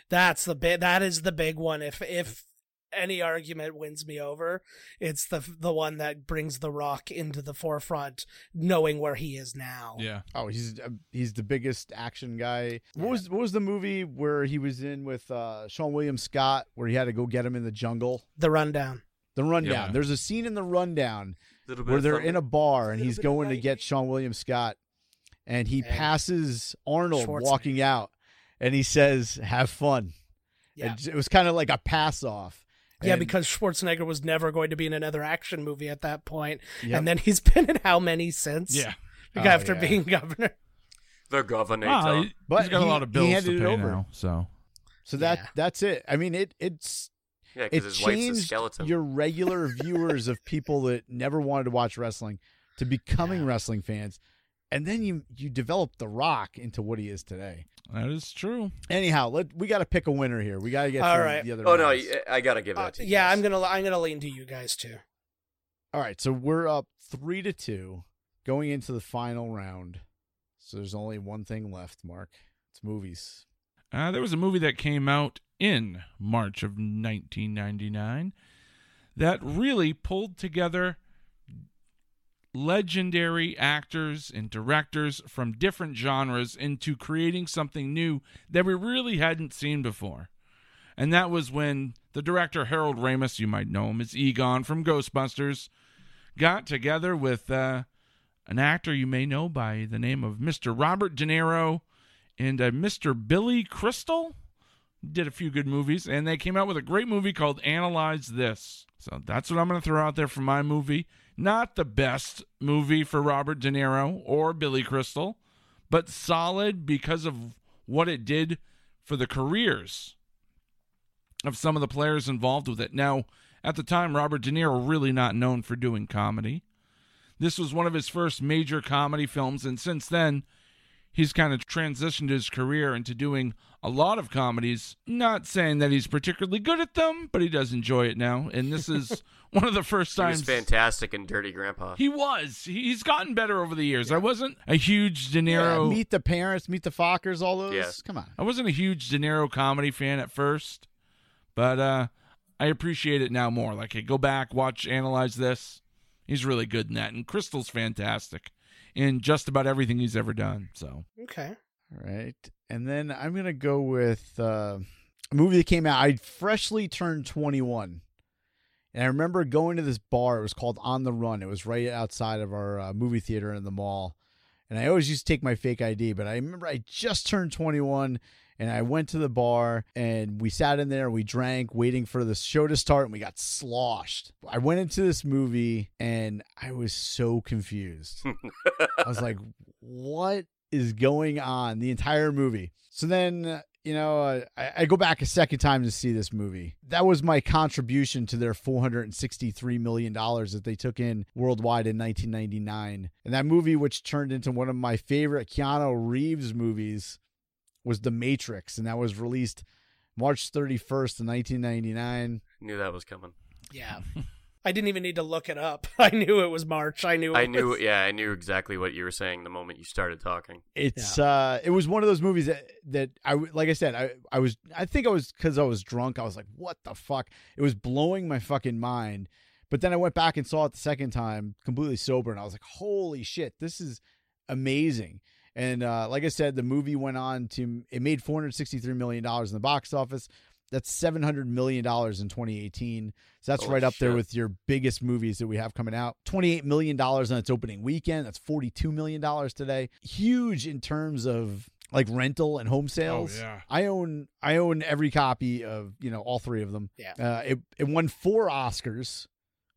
F: That's the big. That is the big one. If if any argument wins me over, it's the the one that brings The Rock into the forefront, knowing where he is now.
B: Yeah.
D: Oh, he's uh, he's the biggest action guy. What was what was the movie where he was in with uh, Sean William Scott where he had to go get him in the jungle?
F: The rundown.
D: The rundown.
B: Yeah.
D: There's a scene in the rundown
E: Little bit
D: where
E: of
D: they're
E: thunder.
D: in a bar and he's going to get Sean William Scott, and he passes Arnold
F: Schwarzenegger.
D: walking out, and he says, "Have fun."
F: Yeah.
D: And it was kind of like a pass off.
F: yeah,
D: And-
F: because Schwarzenegger was never going to be in another action movie at that point,
D: Yep.
F: and then he's been in how many since?
B: Yeah.
F: Like
D: Oh,
F: after
D: yeah.
F: being governor.
E: The governor.
B: Well, Ah, he-
D: But
B: he's got
D: he-
B: a lot of
D: he
B: bills
D: handed
B: to
D: it
B: pay
D: over.
B: now, so
D: so that
F: Yeah.
D: that's it. I mean, it it's
E: yeah,
D: it
E: because his wife's a
D: changed
E: skeleton.
D: your regular viewers of people that never wanted to watch wrestling to becoming wrestling fans, and then you you develop The Rock into what he is today.
B: that is true.
D: Anyhow, let we got to pick a winner here. We got to get
F: All
D: through
F: right.
D: the other.
E: Oh no,
D: rounds.
E: I- I gotta give that to you.
F: Uh, yeah,
E: guys.
F: I'm gonna I'm gonna lean to you guys too.
D: All right, so we're up three to two, going into the final round. So there's only one thing left, Mark. It's movies.
B: Uh, there was a movie that came out in March of 1999 that really pulled together legendary actors and directors from different genres into creating something new that we really hadn't seen before. And that was when the director Harold Ramis, you might know him as Egon from Ghostbusters, got together with uh, an actor you may know by the name of Mr. Robert De Niro and uh, Mr. Billy Crystal did a few good movies, and they came out with a great movie called Analyze This. So that's what I'm going to throw out there for my movie. Not the best movie for Robert De Niro or Billy Crystal, but solid because of what it did for the careers of some of the players involved with it. Now, at the time, Robert De Niro really not known for doing comedy. This was one of his first major comedy films, and since then, he's kind of transitioned his career into doing a lot of comedies. Not saying that he's particularly good at them, but he does enjoy it now. And this is one of the first
E: He was
B: times.
E: fantastic in Dirty Grandpa.
B: He was. He- He's gotten better over the years. I wasn't a huge De Niro.
D: Yeah, meet the parents, meet the Fockers, all those.
E: Yes.
D: Come on.
B: I wasn't a huge De Niro comedy fan at first, but uh, I appreciate it now more. Like, I go back, watch, analyze this. He's really good in that, and Crystal's fantastic in just about everything he's ever done. So,
F: Okay.
D: All right. And then I'm going to go with uh, a movie that came out. I freshly turned 21. And I remember going to this bar. It was called On the Run. It was right outside of our uh, movie theater in the mall. And I always used to take my fake ID, but I remember I just turned 21 and I went to the bar and we sat in there, we drank, waiting for the show to start, and we got sloshed. I went into this movie and I was so confused. I was like, what is going on the entire movie? So then, uh, you know, uh, I, I go back a second time to see this movie. That was my contribution to their $463 million that they took in worldwide in 1999. And that movie, which turned into one of my favorite Keanu Reeves movies, was The Matrix. And that was released March 31st, of 1999.
E: Knew that was coming.
F: Yeah. I didn't even need to look it up. I knew it was March. I knew it
E: I knew.
F: was-
E: Yeah, I knew exactly what you were saying the moment you started talking.
D: it's uh it was one of those movies that that i w- like i said i i was i think i was because i was drunk i was like what the fuck it was blowing my fucking mind but then i went back and saw it the second time completely sober and i was like holy shit this is amazing. And uh, like I said, the movie went on to it made 463 million dollars in the box office. That's 700 million dollars in 2018. So that's
E: Holy
D: right up there
E: shit.
D: with your biggest movies that we have coming out. 28 million dollars on its opening weekend. That's 42 million dollars today. Huge in terms of like rental and
E: Oh,
D: home sales.
B: Oh, yeah.
D: I own I own every copy of you know all three of them.
F: Yeah.
D: Uh, it it won four Oscars,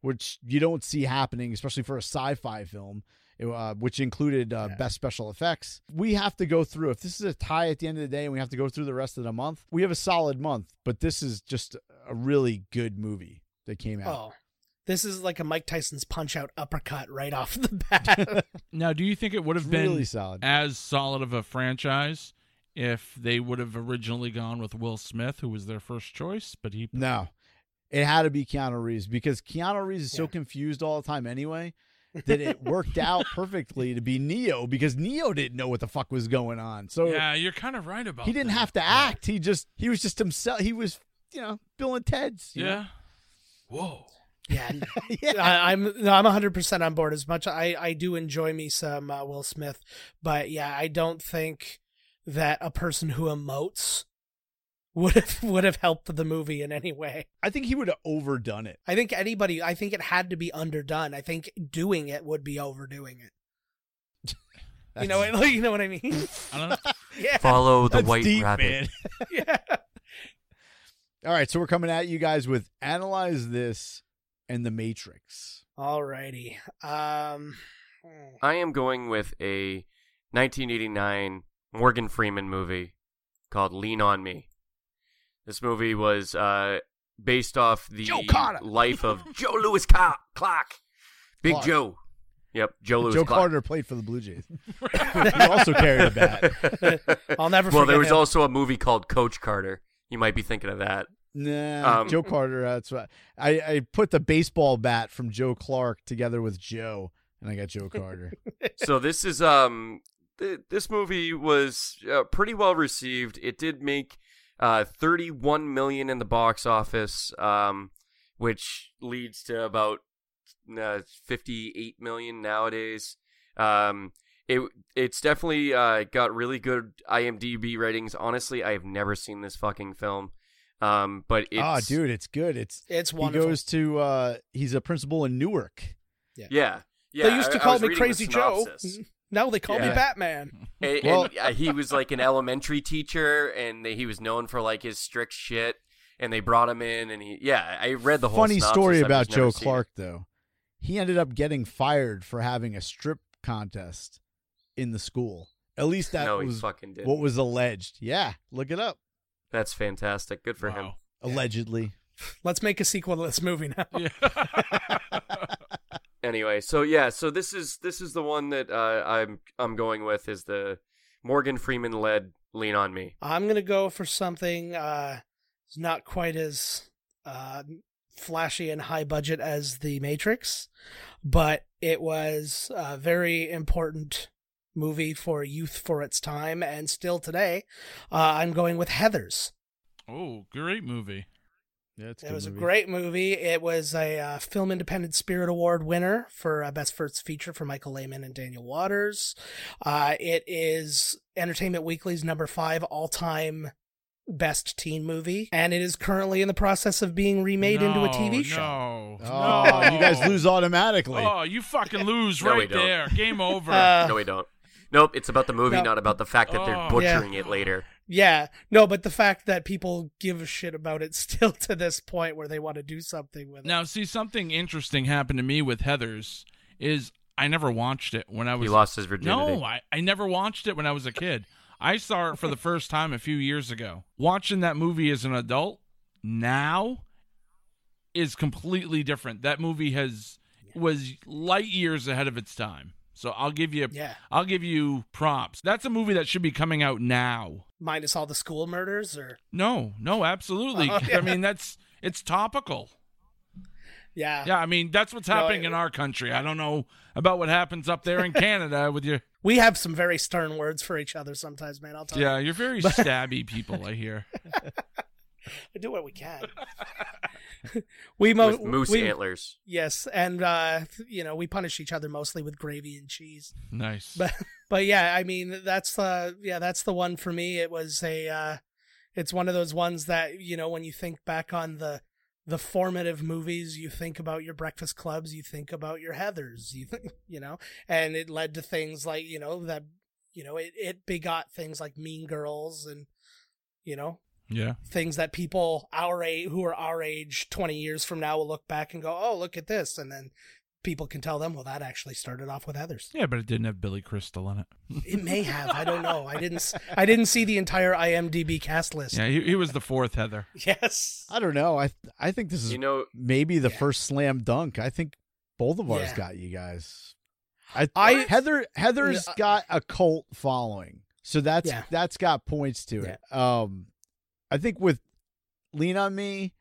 D: which you don't see happening, especially for a sci-fi film, uh, which included uh, best special effects. We have to go through. If this is a tie at the end of the day, and we have to go through the rest of the month, we have a solid month. But this is just a really good movie that came out.
F: Oh, this is like a Mike Tyson's punch out uppercut right off the bat.
B: Now, do you think it would
D: It's
B: have been
D: really solid.
B: as solid of a franchise if they would have originally gone with Will Smith, who was their first choice, but he
D: No, it had to be Keanu Reeves because Keanu Reeves is so
F: Yeah.
D: confused all the time anyway that it worked out perfectly to be Neo because Neo didn't know what the fuck was going on. So
B: Yeah, Ah, you're kind of right about
D: he didn't
B: that.
D: have to act. He just he was just himself. He was you know Bill and Ted's. you know?
B: Yeah. Whoa.
F: yeah, I, I'm no, I'm 100 percent on board. As much I I do enjoy me some uh, Will Smith, but yeah, I don't think that a person who emotes would have would have helped the movie in any way.
D: I think he would have overdone it.
F: I think anybody. I think it had to be underdone. I think doing it would be overdoing it. You know, what- like, you know what I mean?
B: I don't know.
F: yeah,
E: Follow the
D: That's
E: white
D: deep,
E: rabbit.
D: man.
F: yeah.
D: All right, so we're coming at you guys with analyze this and the Matrix.
F: Alrighty. Um,
E: I am going with a 1989 Morgan Freeman movie called Lean On Me. This movie was uh, based off the
D: Joe Carter.
E: life of Joe Louis Ca- Clark. Big
D: Clark.
E: Joe. Yep, Joe Louis
D: Joe
E: Clark.
D: Carter played for the Blue Jays. he also carried a bat.
F: I'll never.
E: Uh, Well,
F: forget
E: there was
F: him.
E: also a movie called Coach Carter. You might be thinking of that.
D: Nah,
E: Um,
D: Joe Carter. That's what I, I put the baseball bat from Joe Clark together with Joe, and I got Joe Carter.
E: so this is um th- this movie was uh, pretty well received. It did make uh 31 million in the box office um which leads to about uh, 58 million nowadays. Um it it's definitely uh got really good IMDb ratings. Honestly, I have never seen this fucking film. Um but it's
D: Ah, dude, it's good. It's
F: It's
D: he
F: wonderful.
D: goes to uh, he's a principal in Newark.
E: Yeah. Yeah,
F: they used
E: I-
F: to
E: I
F: call
E: was
F: me
E: reading the
F: Crazy Joe.
E: synopsis.
F: Now they call me
E: Yeah.
F: Batman.
E: And,
D: Well-
E: and, uh, he was like an elementary teacher, and he was known for like his strict shit. And they brought him in, and he yeah, I read the whole
D: Funny
E: synopsis,
D: story
E: I've
D: about
E: just never
D: Joe
E: seen
D: Clark, though. He ended up getting fired for having a strip contest in the school. At least
E: it.
D: that
E: no, he
D: was
E: fucking did.
D: what was alleged. Yeah, look it up.
E: That's fantastic. Good for him.
B: Wow.
D: Allegedly,
F: Let's make a sequel to this movie now.
E: Anyway, so yeah, so this is this is the one that uh, I'm I'm going with is the Morgan Freeman led Lean on Me.
F: I'm gonna go for something uh, it's not quite as uh, flashy and high budget as The Matrix, but it was a very important movie for youth for its time and still today. Uh, I'm going with Heather's.
B: Oh, great movie.
D: yeah, it's
F: It was a great movie. It was a uh, Film Independent Spirit Award winner for uh, Best First Feature for Michael Lehman and Daniel Waters. Uh, it is Entertainment Weekly's number five all time best teen movie, and it is currently in the process of being remade into a
B: No,
F: TV show.
B: No.
D: Oh,
B: no.
D: you guys lose automatically.
B: Oh, you fucking lose
E: No, we
B: right
E: don't.
B: there. Game over.
F: Uh,
E: no, we don't. Nope, it's about the movie,
F: No.
E: not about the fact that
B: Oh.
E: they're butchering it later.
F: yeah, no, but the fact that people give a shit about it still to this point where they want to do something with it.
B: now, see, something interesting happened to me with Heather's is I never watched it when I was
E: He lost his virginity.
B: No, I, I never watched it when I was a kid. I saw it for the first time a few years ago. Watching that movie as an adult now is completely different. That movie has was light years ahead of its time. So I'll give you
F: Yeah.
B: I'll give you props. That's a movie that should be coming out now.
F: Minus all the school murders or
B: No, no, absolutely.
F: Oh, yeah.
B: I mean that's it's topical.
F: yeah.
B: Yeah, I mean that's what's
F: No,
B: happening
F: it-
B: in our country. I don't know about what happens up there in Canada with your
F: We have some very stern words for each other sometimes, man. I'll tell you.
B: Oh, Yeah, you're very stabby people, I hear.
F: We do what we can. we mo-
E: with moose
F: we-
E: antlers.
F: Yes, and uh, you know we punish each other mostly with gravy and cheese.
B: Nice.
F: But but yeah, I mean that's the yeah that's the one for me. It was a uh, it's one of those ones that you know when you think back on the the formative movies, you think about your Breakfast Clubs, you think about your Heather's, you think you know, and it led to things like you know that you know it it begot things like Mean Girls and you know
B: Yeah.
F: things that people our age who are our age 20 years from now will look back and go oh look at this and then people can tell them well that actually started off with others
B: Yeah, but it didn't have Billy Crystal in it.
F: it may have i don't know i didn't s- i didn't see the entire imdb cast list
B: Yeah, he, he was the fourth Heather.
F: yes
D: I don't know. I I think this is
E: You know,
D: maybe the
F: Yeah.
D: first slam dunk. I think both of ours
F: Yeah.
D: got you guys. I,
F: I-
D: Heather Heather's
F: Yeah, I-
D: got a cult following, so that's
F: Yeah.
D: that's got points to it. Um, I think with Lean on Me,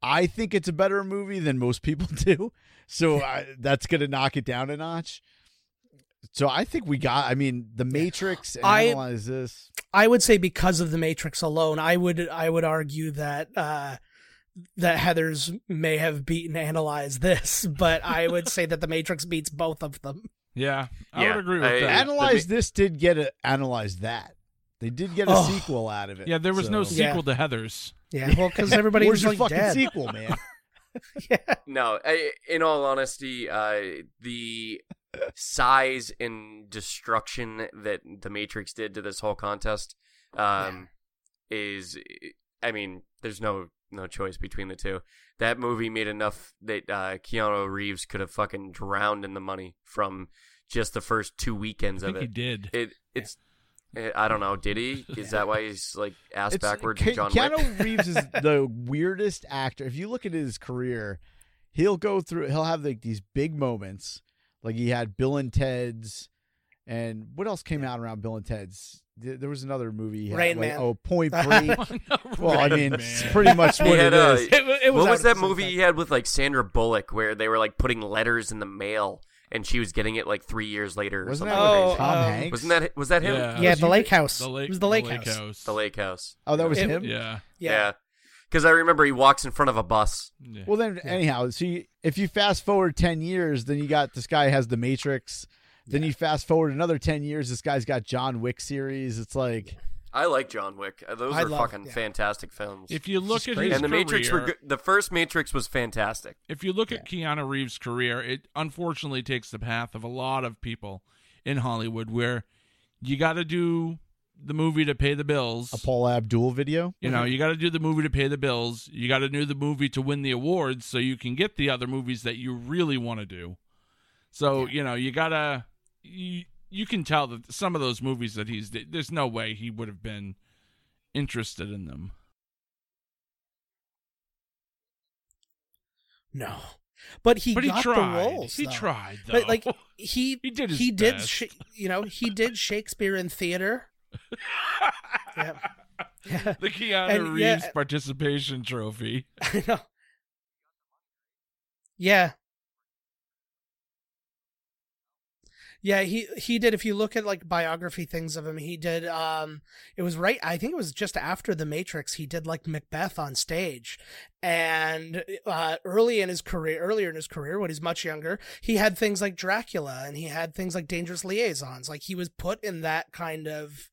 D: I think it's a better movie than most people do. So I, that's gonna knock it down a notch. So I think we got. I mean, The Matrix. And
F: I-
D: analyze this.
F: i would say because of the matrix alone i would i would argue that uh that heathers may have beaten analyze this but i would say that the matrix beats both of them
B: Yeah, I
E: Yeah,
B: would agree with
E: I-
B: that.
D: Analyze this did get a analyze that. They did get a
F: Oh.
D: sequel out of it.
B: Yeah, there was no
D: so-
B: sequel to Heather's.
F: yeah well because everybody
D: Where's
F: was
D: your
F: like
D: fucking
F: dead
D: sequel, man?
E: no. I, in all honesty, uh, the size and destruction that the Matrix did to this whole contest um, is, I mean, there's no no choice between the two. That movie made enough that uh, Keanu Reeves could have fucking drowned in the money from just the first two weekends
B: I
E: of
B: think he
E: it.
B: did.
E: It it's. it- I don't know. Did he? Is that why he's like ass backwards?
D: Ke-
E: and John Wick?
D: Keanu Reeves is the weirdest actor. If you look at his career, he'll go through. He'll have like these big moments, like he had Bill and Ted's, and what else came out around Bill and Ted's? Th- There was another movie. He had,
F: Rain
D: like,
F: Man.
D: Oh, Point Break. well, I mean, it's pretty much
E: He
D: what
E: had
D: it
E: a-
D: is.
F: It wa- it
E: what
F: out
E: was
F: at
E: that
F: the same
E: movie
F: time.
E: he had with like Sandra Bullock where they were like putting letters in the mail and she was getting it like three years later or
D: Wasn't
E: something
D: that
E: crazy.
D: with
F: Oh,
D: Tom
F: um,
D: Hanks?
E: Wasn't that was that him?
F: Yeah, the lake house.
B: The lake,
F: It was the lake house.
E: The Lake House.
D: Oh, that was
F: It-
D: him.
B: Yeah.
F: yeah.
E: Because I remember he walks in front of a bus.
B: yeah.
D: Well, then anyhow, so you, if you fast forward ten years, then you got this guy has the Matrix. Then you fast forward another ten years, this guy's got John Wick series. It's like
E: I like John Wick. Uh, Those
F: I
E: are
F: love-
E: fucking
F: yeah.
E: fantastic films.
B: if you look at his
E: and the Matrix were
B: career-
E: good. The first Matrix was fantastic.
B: If you look at Keanu Reeves' career, it unfortunately takes the path of a lot of people in Hollywood where you got to do the movie to pay the bills.
D: a Paul Abdul video.
B: you
F: Mm-hmm.
B: know, you got to do the movie to pay the bills. You got to do the movie to win the awards so you can get the other movies that you really want to do. So, you know, you got to you, you can tell that some of those movies that he's there's no way he would have been interested in them.
F: No, but he
B: but he
F: got
B: tried.
F: the roles.
B: he
F: though.
B: tried though.
F: but like he
B: He did his
F: he did
B: best.
F: Sha- you know he did Shakespeare in theater. yeah, yeah,
B: the Keanu
F: And, yeah.
B: Reeves participation trophy.
F: I know. Yeah. Yeah, he he did. If you look at like biography things of him, he did. Um, it was right. I think it was just after The Matrix. He did like Macbeth on stage, and uh, early in his career, earlier in his career, when he's much younger, he had things like Dracula, and he had things like Dangerous Liaisons. Like he was put in that kind of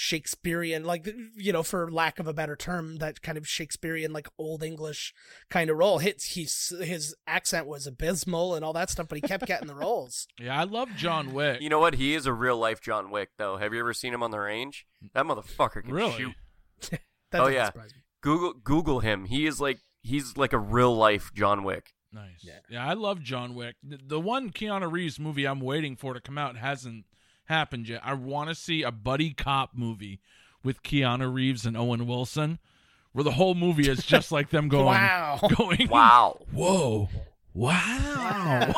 F: Shakespearean, like you know, for lack of a better term, that kind of Shakespearean, like old English kind of role. His his his accent was abysmal and all that stuff, but he kept getting the roles.
B: Yeah, I love John Wick.
E: You know what? He is a real life John Wick, though. Have you ever seen him on the range? That motherfucker can
B: really?
E: shoot.
F: That
E: Oh,
F: doesn't
E: yeah.
F: surprise me.
E: Google Google him. He is like he's like a real life John Wick.
B: Nice. Yeah. I love John Wick. The, the one Keanu Reeves movie I'm waiting for to come out hasn't happened yet. I want to see a buddy cop movie with Keanu Reeves and Owen Wilson, where the whole movie is just like them going,
F: Wow.
B: going,
E: Wow.
B: whoa, wow,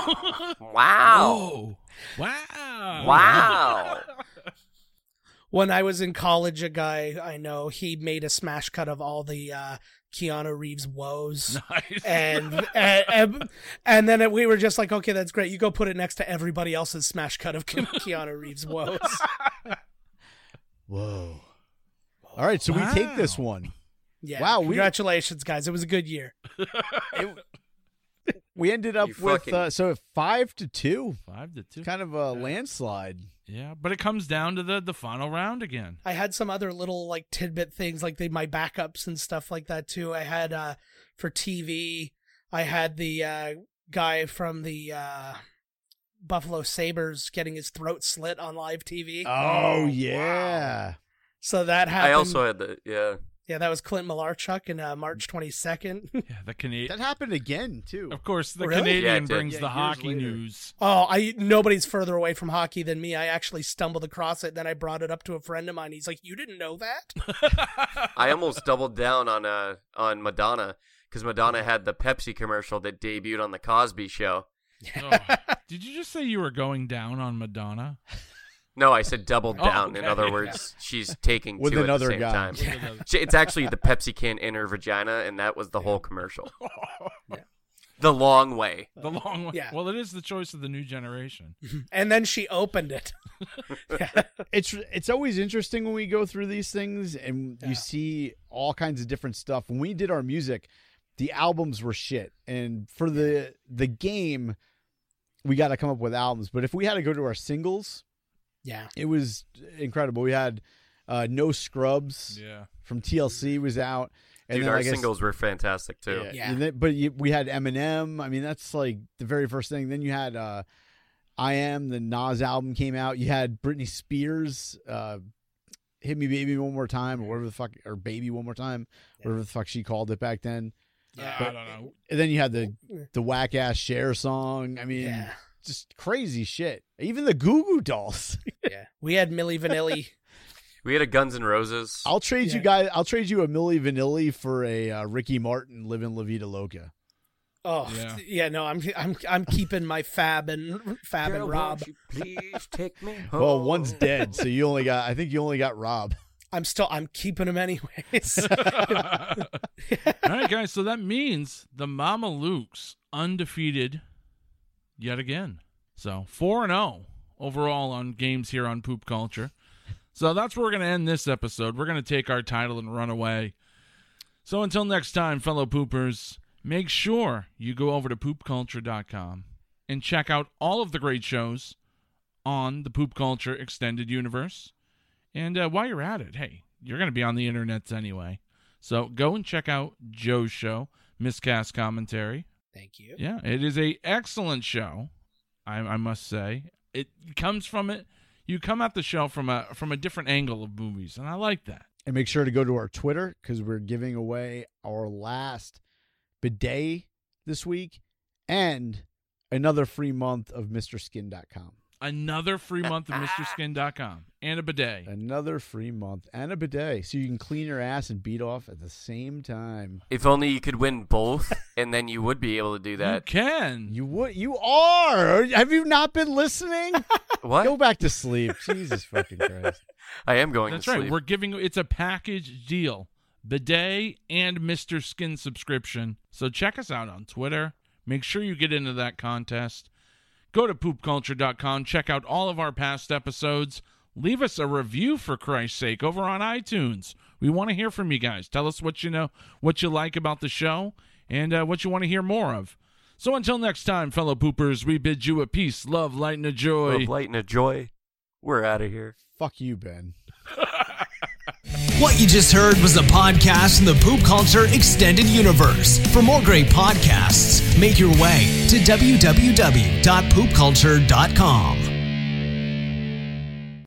E: Wow.
B: whoa, wow,
E: Wow.
F: When I was in college, a guy I know he made a smash cut of all the uh, Keanu Reeves woes.
B: Nice.
F: and, and and- and then it- we were just like, okay, that's great. You go put it next to everybody else's smash cut of Ke- Keanu Reeves woes.
D: Whoa. All right, so we take this
B: Wow.
D: one.
F: Yeah.
D: Wow, we-
F: Congratulations, guys. It was a good year.
D: We ended up
E: You
D: with
E: fucking-
D: uh, so five to two,
B: Five to two.
D: kind of a landslide.
B: Yeah, but it comes down to the the final round again.
F: I had some other little like tidbit things like they my backups and stuff like that too. I had uh for TV, I had the uh guy from the uh Buffalo Sabres getting his throat slit on live TV.
D: Oh yeah,
F: so that
E: I
F: happened.
E: also had the yeah.
F: yeah, that was Clint Malarchuk in uh, March 22nd.
B: Yeah, the Canadian.
D: that happened again too.
B: Of course, the
F: Really?
E: Yeah, it
B: Canadian
E: did.
B: brings
D: Yeah,
B: the
D: years
B: hockey
D: later.
B: news.
F: oh, I nobody's further away from hockey than me. I actually stumbled across it then I brought it up to a friend of mine. He's like, "You didn't know that?"
E: I almost doubled down on uh on Madonna because Madonna had the Pepsi commercial that debuted on the Cosby Show.
B: Oh. Did you just say you were going down on Madonna?
E: No, I said doubled
B: Oh,
E: down. In
B: okay.
E: other words, she's taking
D: With
E: two
D: another
E: at the same
D: guy.
E: time. She- It's actually the Pepsi can in her vagina, and that was the whole commercial. The long way.
B: The long one.
F: Yeah.
B: Well, it is the choice of the new generation.
F: and then she opened it.
D: it's it's always interesting when we go through these things and you see all kinds of different stuff. When we did our music, the albums were shit, and for the the game, we got to come up with albums. But if we had to go to our singles,
F: Yeah.
D: it was incredible. We had uh, no scrubs
B: Yeah.
D: from TLC was out, and
E: Dude,
D: then
E: our
D: like I s-
E: singles were fantastic too.
D: Yeah,
F: Yeah.
D: and then- but you, we had Eminem. I mean, that's like the very first thing. Then you had uh, I Am. The Nas album came out. You had Britney Spears. Uh, Hit me, baby, one more time, or whatever the fuck, or baby, one more time, whatever the fuck she called it back then.
F: Yeah.
B: I don't know.
D: And then you had the the whack ass share song. I mean,
F: Yeah.
D: just crazy shit. Even the Goo Goo Dolls.
F: Yeah. We had Millie Vanilli.
E: We had a Guns N' Roses.
D: I'll trade you
F: Yeah.
D: guys. I'll trade you a Millie Vanilli for a uh, Ricky Martin living La Vida Loca.
F: Oh
B: Yeah.
F: yeah. no, I'm I'm I'm keeping my Fab and Fab and Rob.
E: please take me
D: Well, one's dead, so you only got. I think you only got Rob.
F: I'm still I'm keeping them anyways.
B: All right, guys. So that means the Mama Luke's undefeated yet again. So 4 and 0 overall on games here on Poop Culture. So that's where we're going to end this episode. We're going to take our title and run away. So until next time, fellow poopers, make sure you go over to poopculture.com and check out all of the great shows on the Poop Culture Extended Universe. And uh, while you're at it, hey, you're going to be on the internets anyway. So go and check out Joe's show, Miscast Commentary.
F: Thank you.
B: Yeah, it is a excellent show. I, I must say, it comes from it. You come at the show from a from a different angle of movies, and I like that.
D: And make sure to go to our Twitter because we're giving away our last bidet this week and another free month of MrSkin.com.
B: Another free month of MrSkin.com and a bidet.
D: Another free month and a bidet. So you can clean your ass and beat off at the same time.
E: If only you could win both, and then you would be able to do
B: You
D: Hmm.
E: that.
B: can.
D: You would you are have you not been listening?
E: What?
D: go back to sleep. Jesus fucking Christ.
E: I am going
B: That's
E: to
B: right.
E: sleep.
B: We're giving it's a package deal. Bidet and Mr. Skin subscription. So check us out on Twitter. Make sure you get into that contest. Go to poopculture.com, check out all of our past episodes. Leave us a review for Christ's sake over on iTunes. We want to hear from you guys. Tell us what you know, what you like about the show, and uh, what you want to hear more of. So until next time, fellow poopers, we bid you a peace, love, light, and a joy.
E: Love, light, and a joy. We're out of here.
D: Fuck you, Ben.
A: What you just heard was a podcast in the Poop Culture Extended Universe. For more great podcasts, make your way to www.poopculture.com.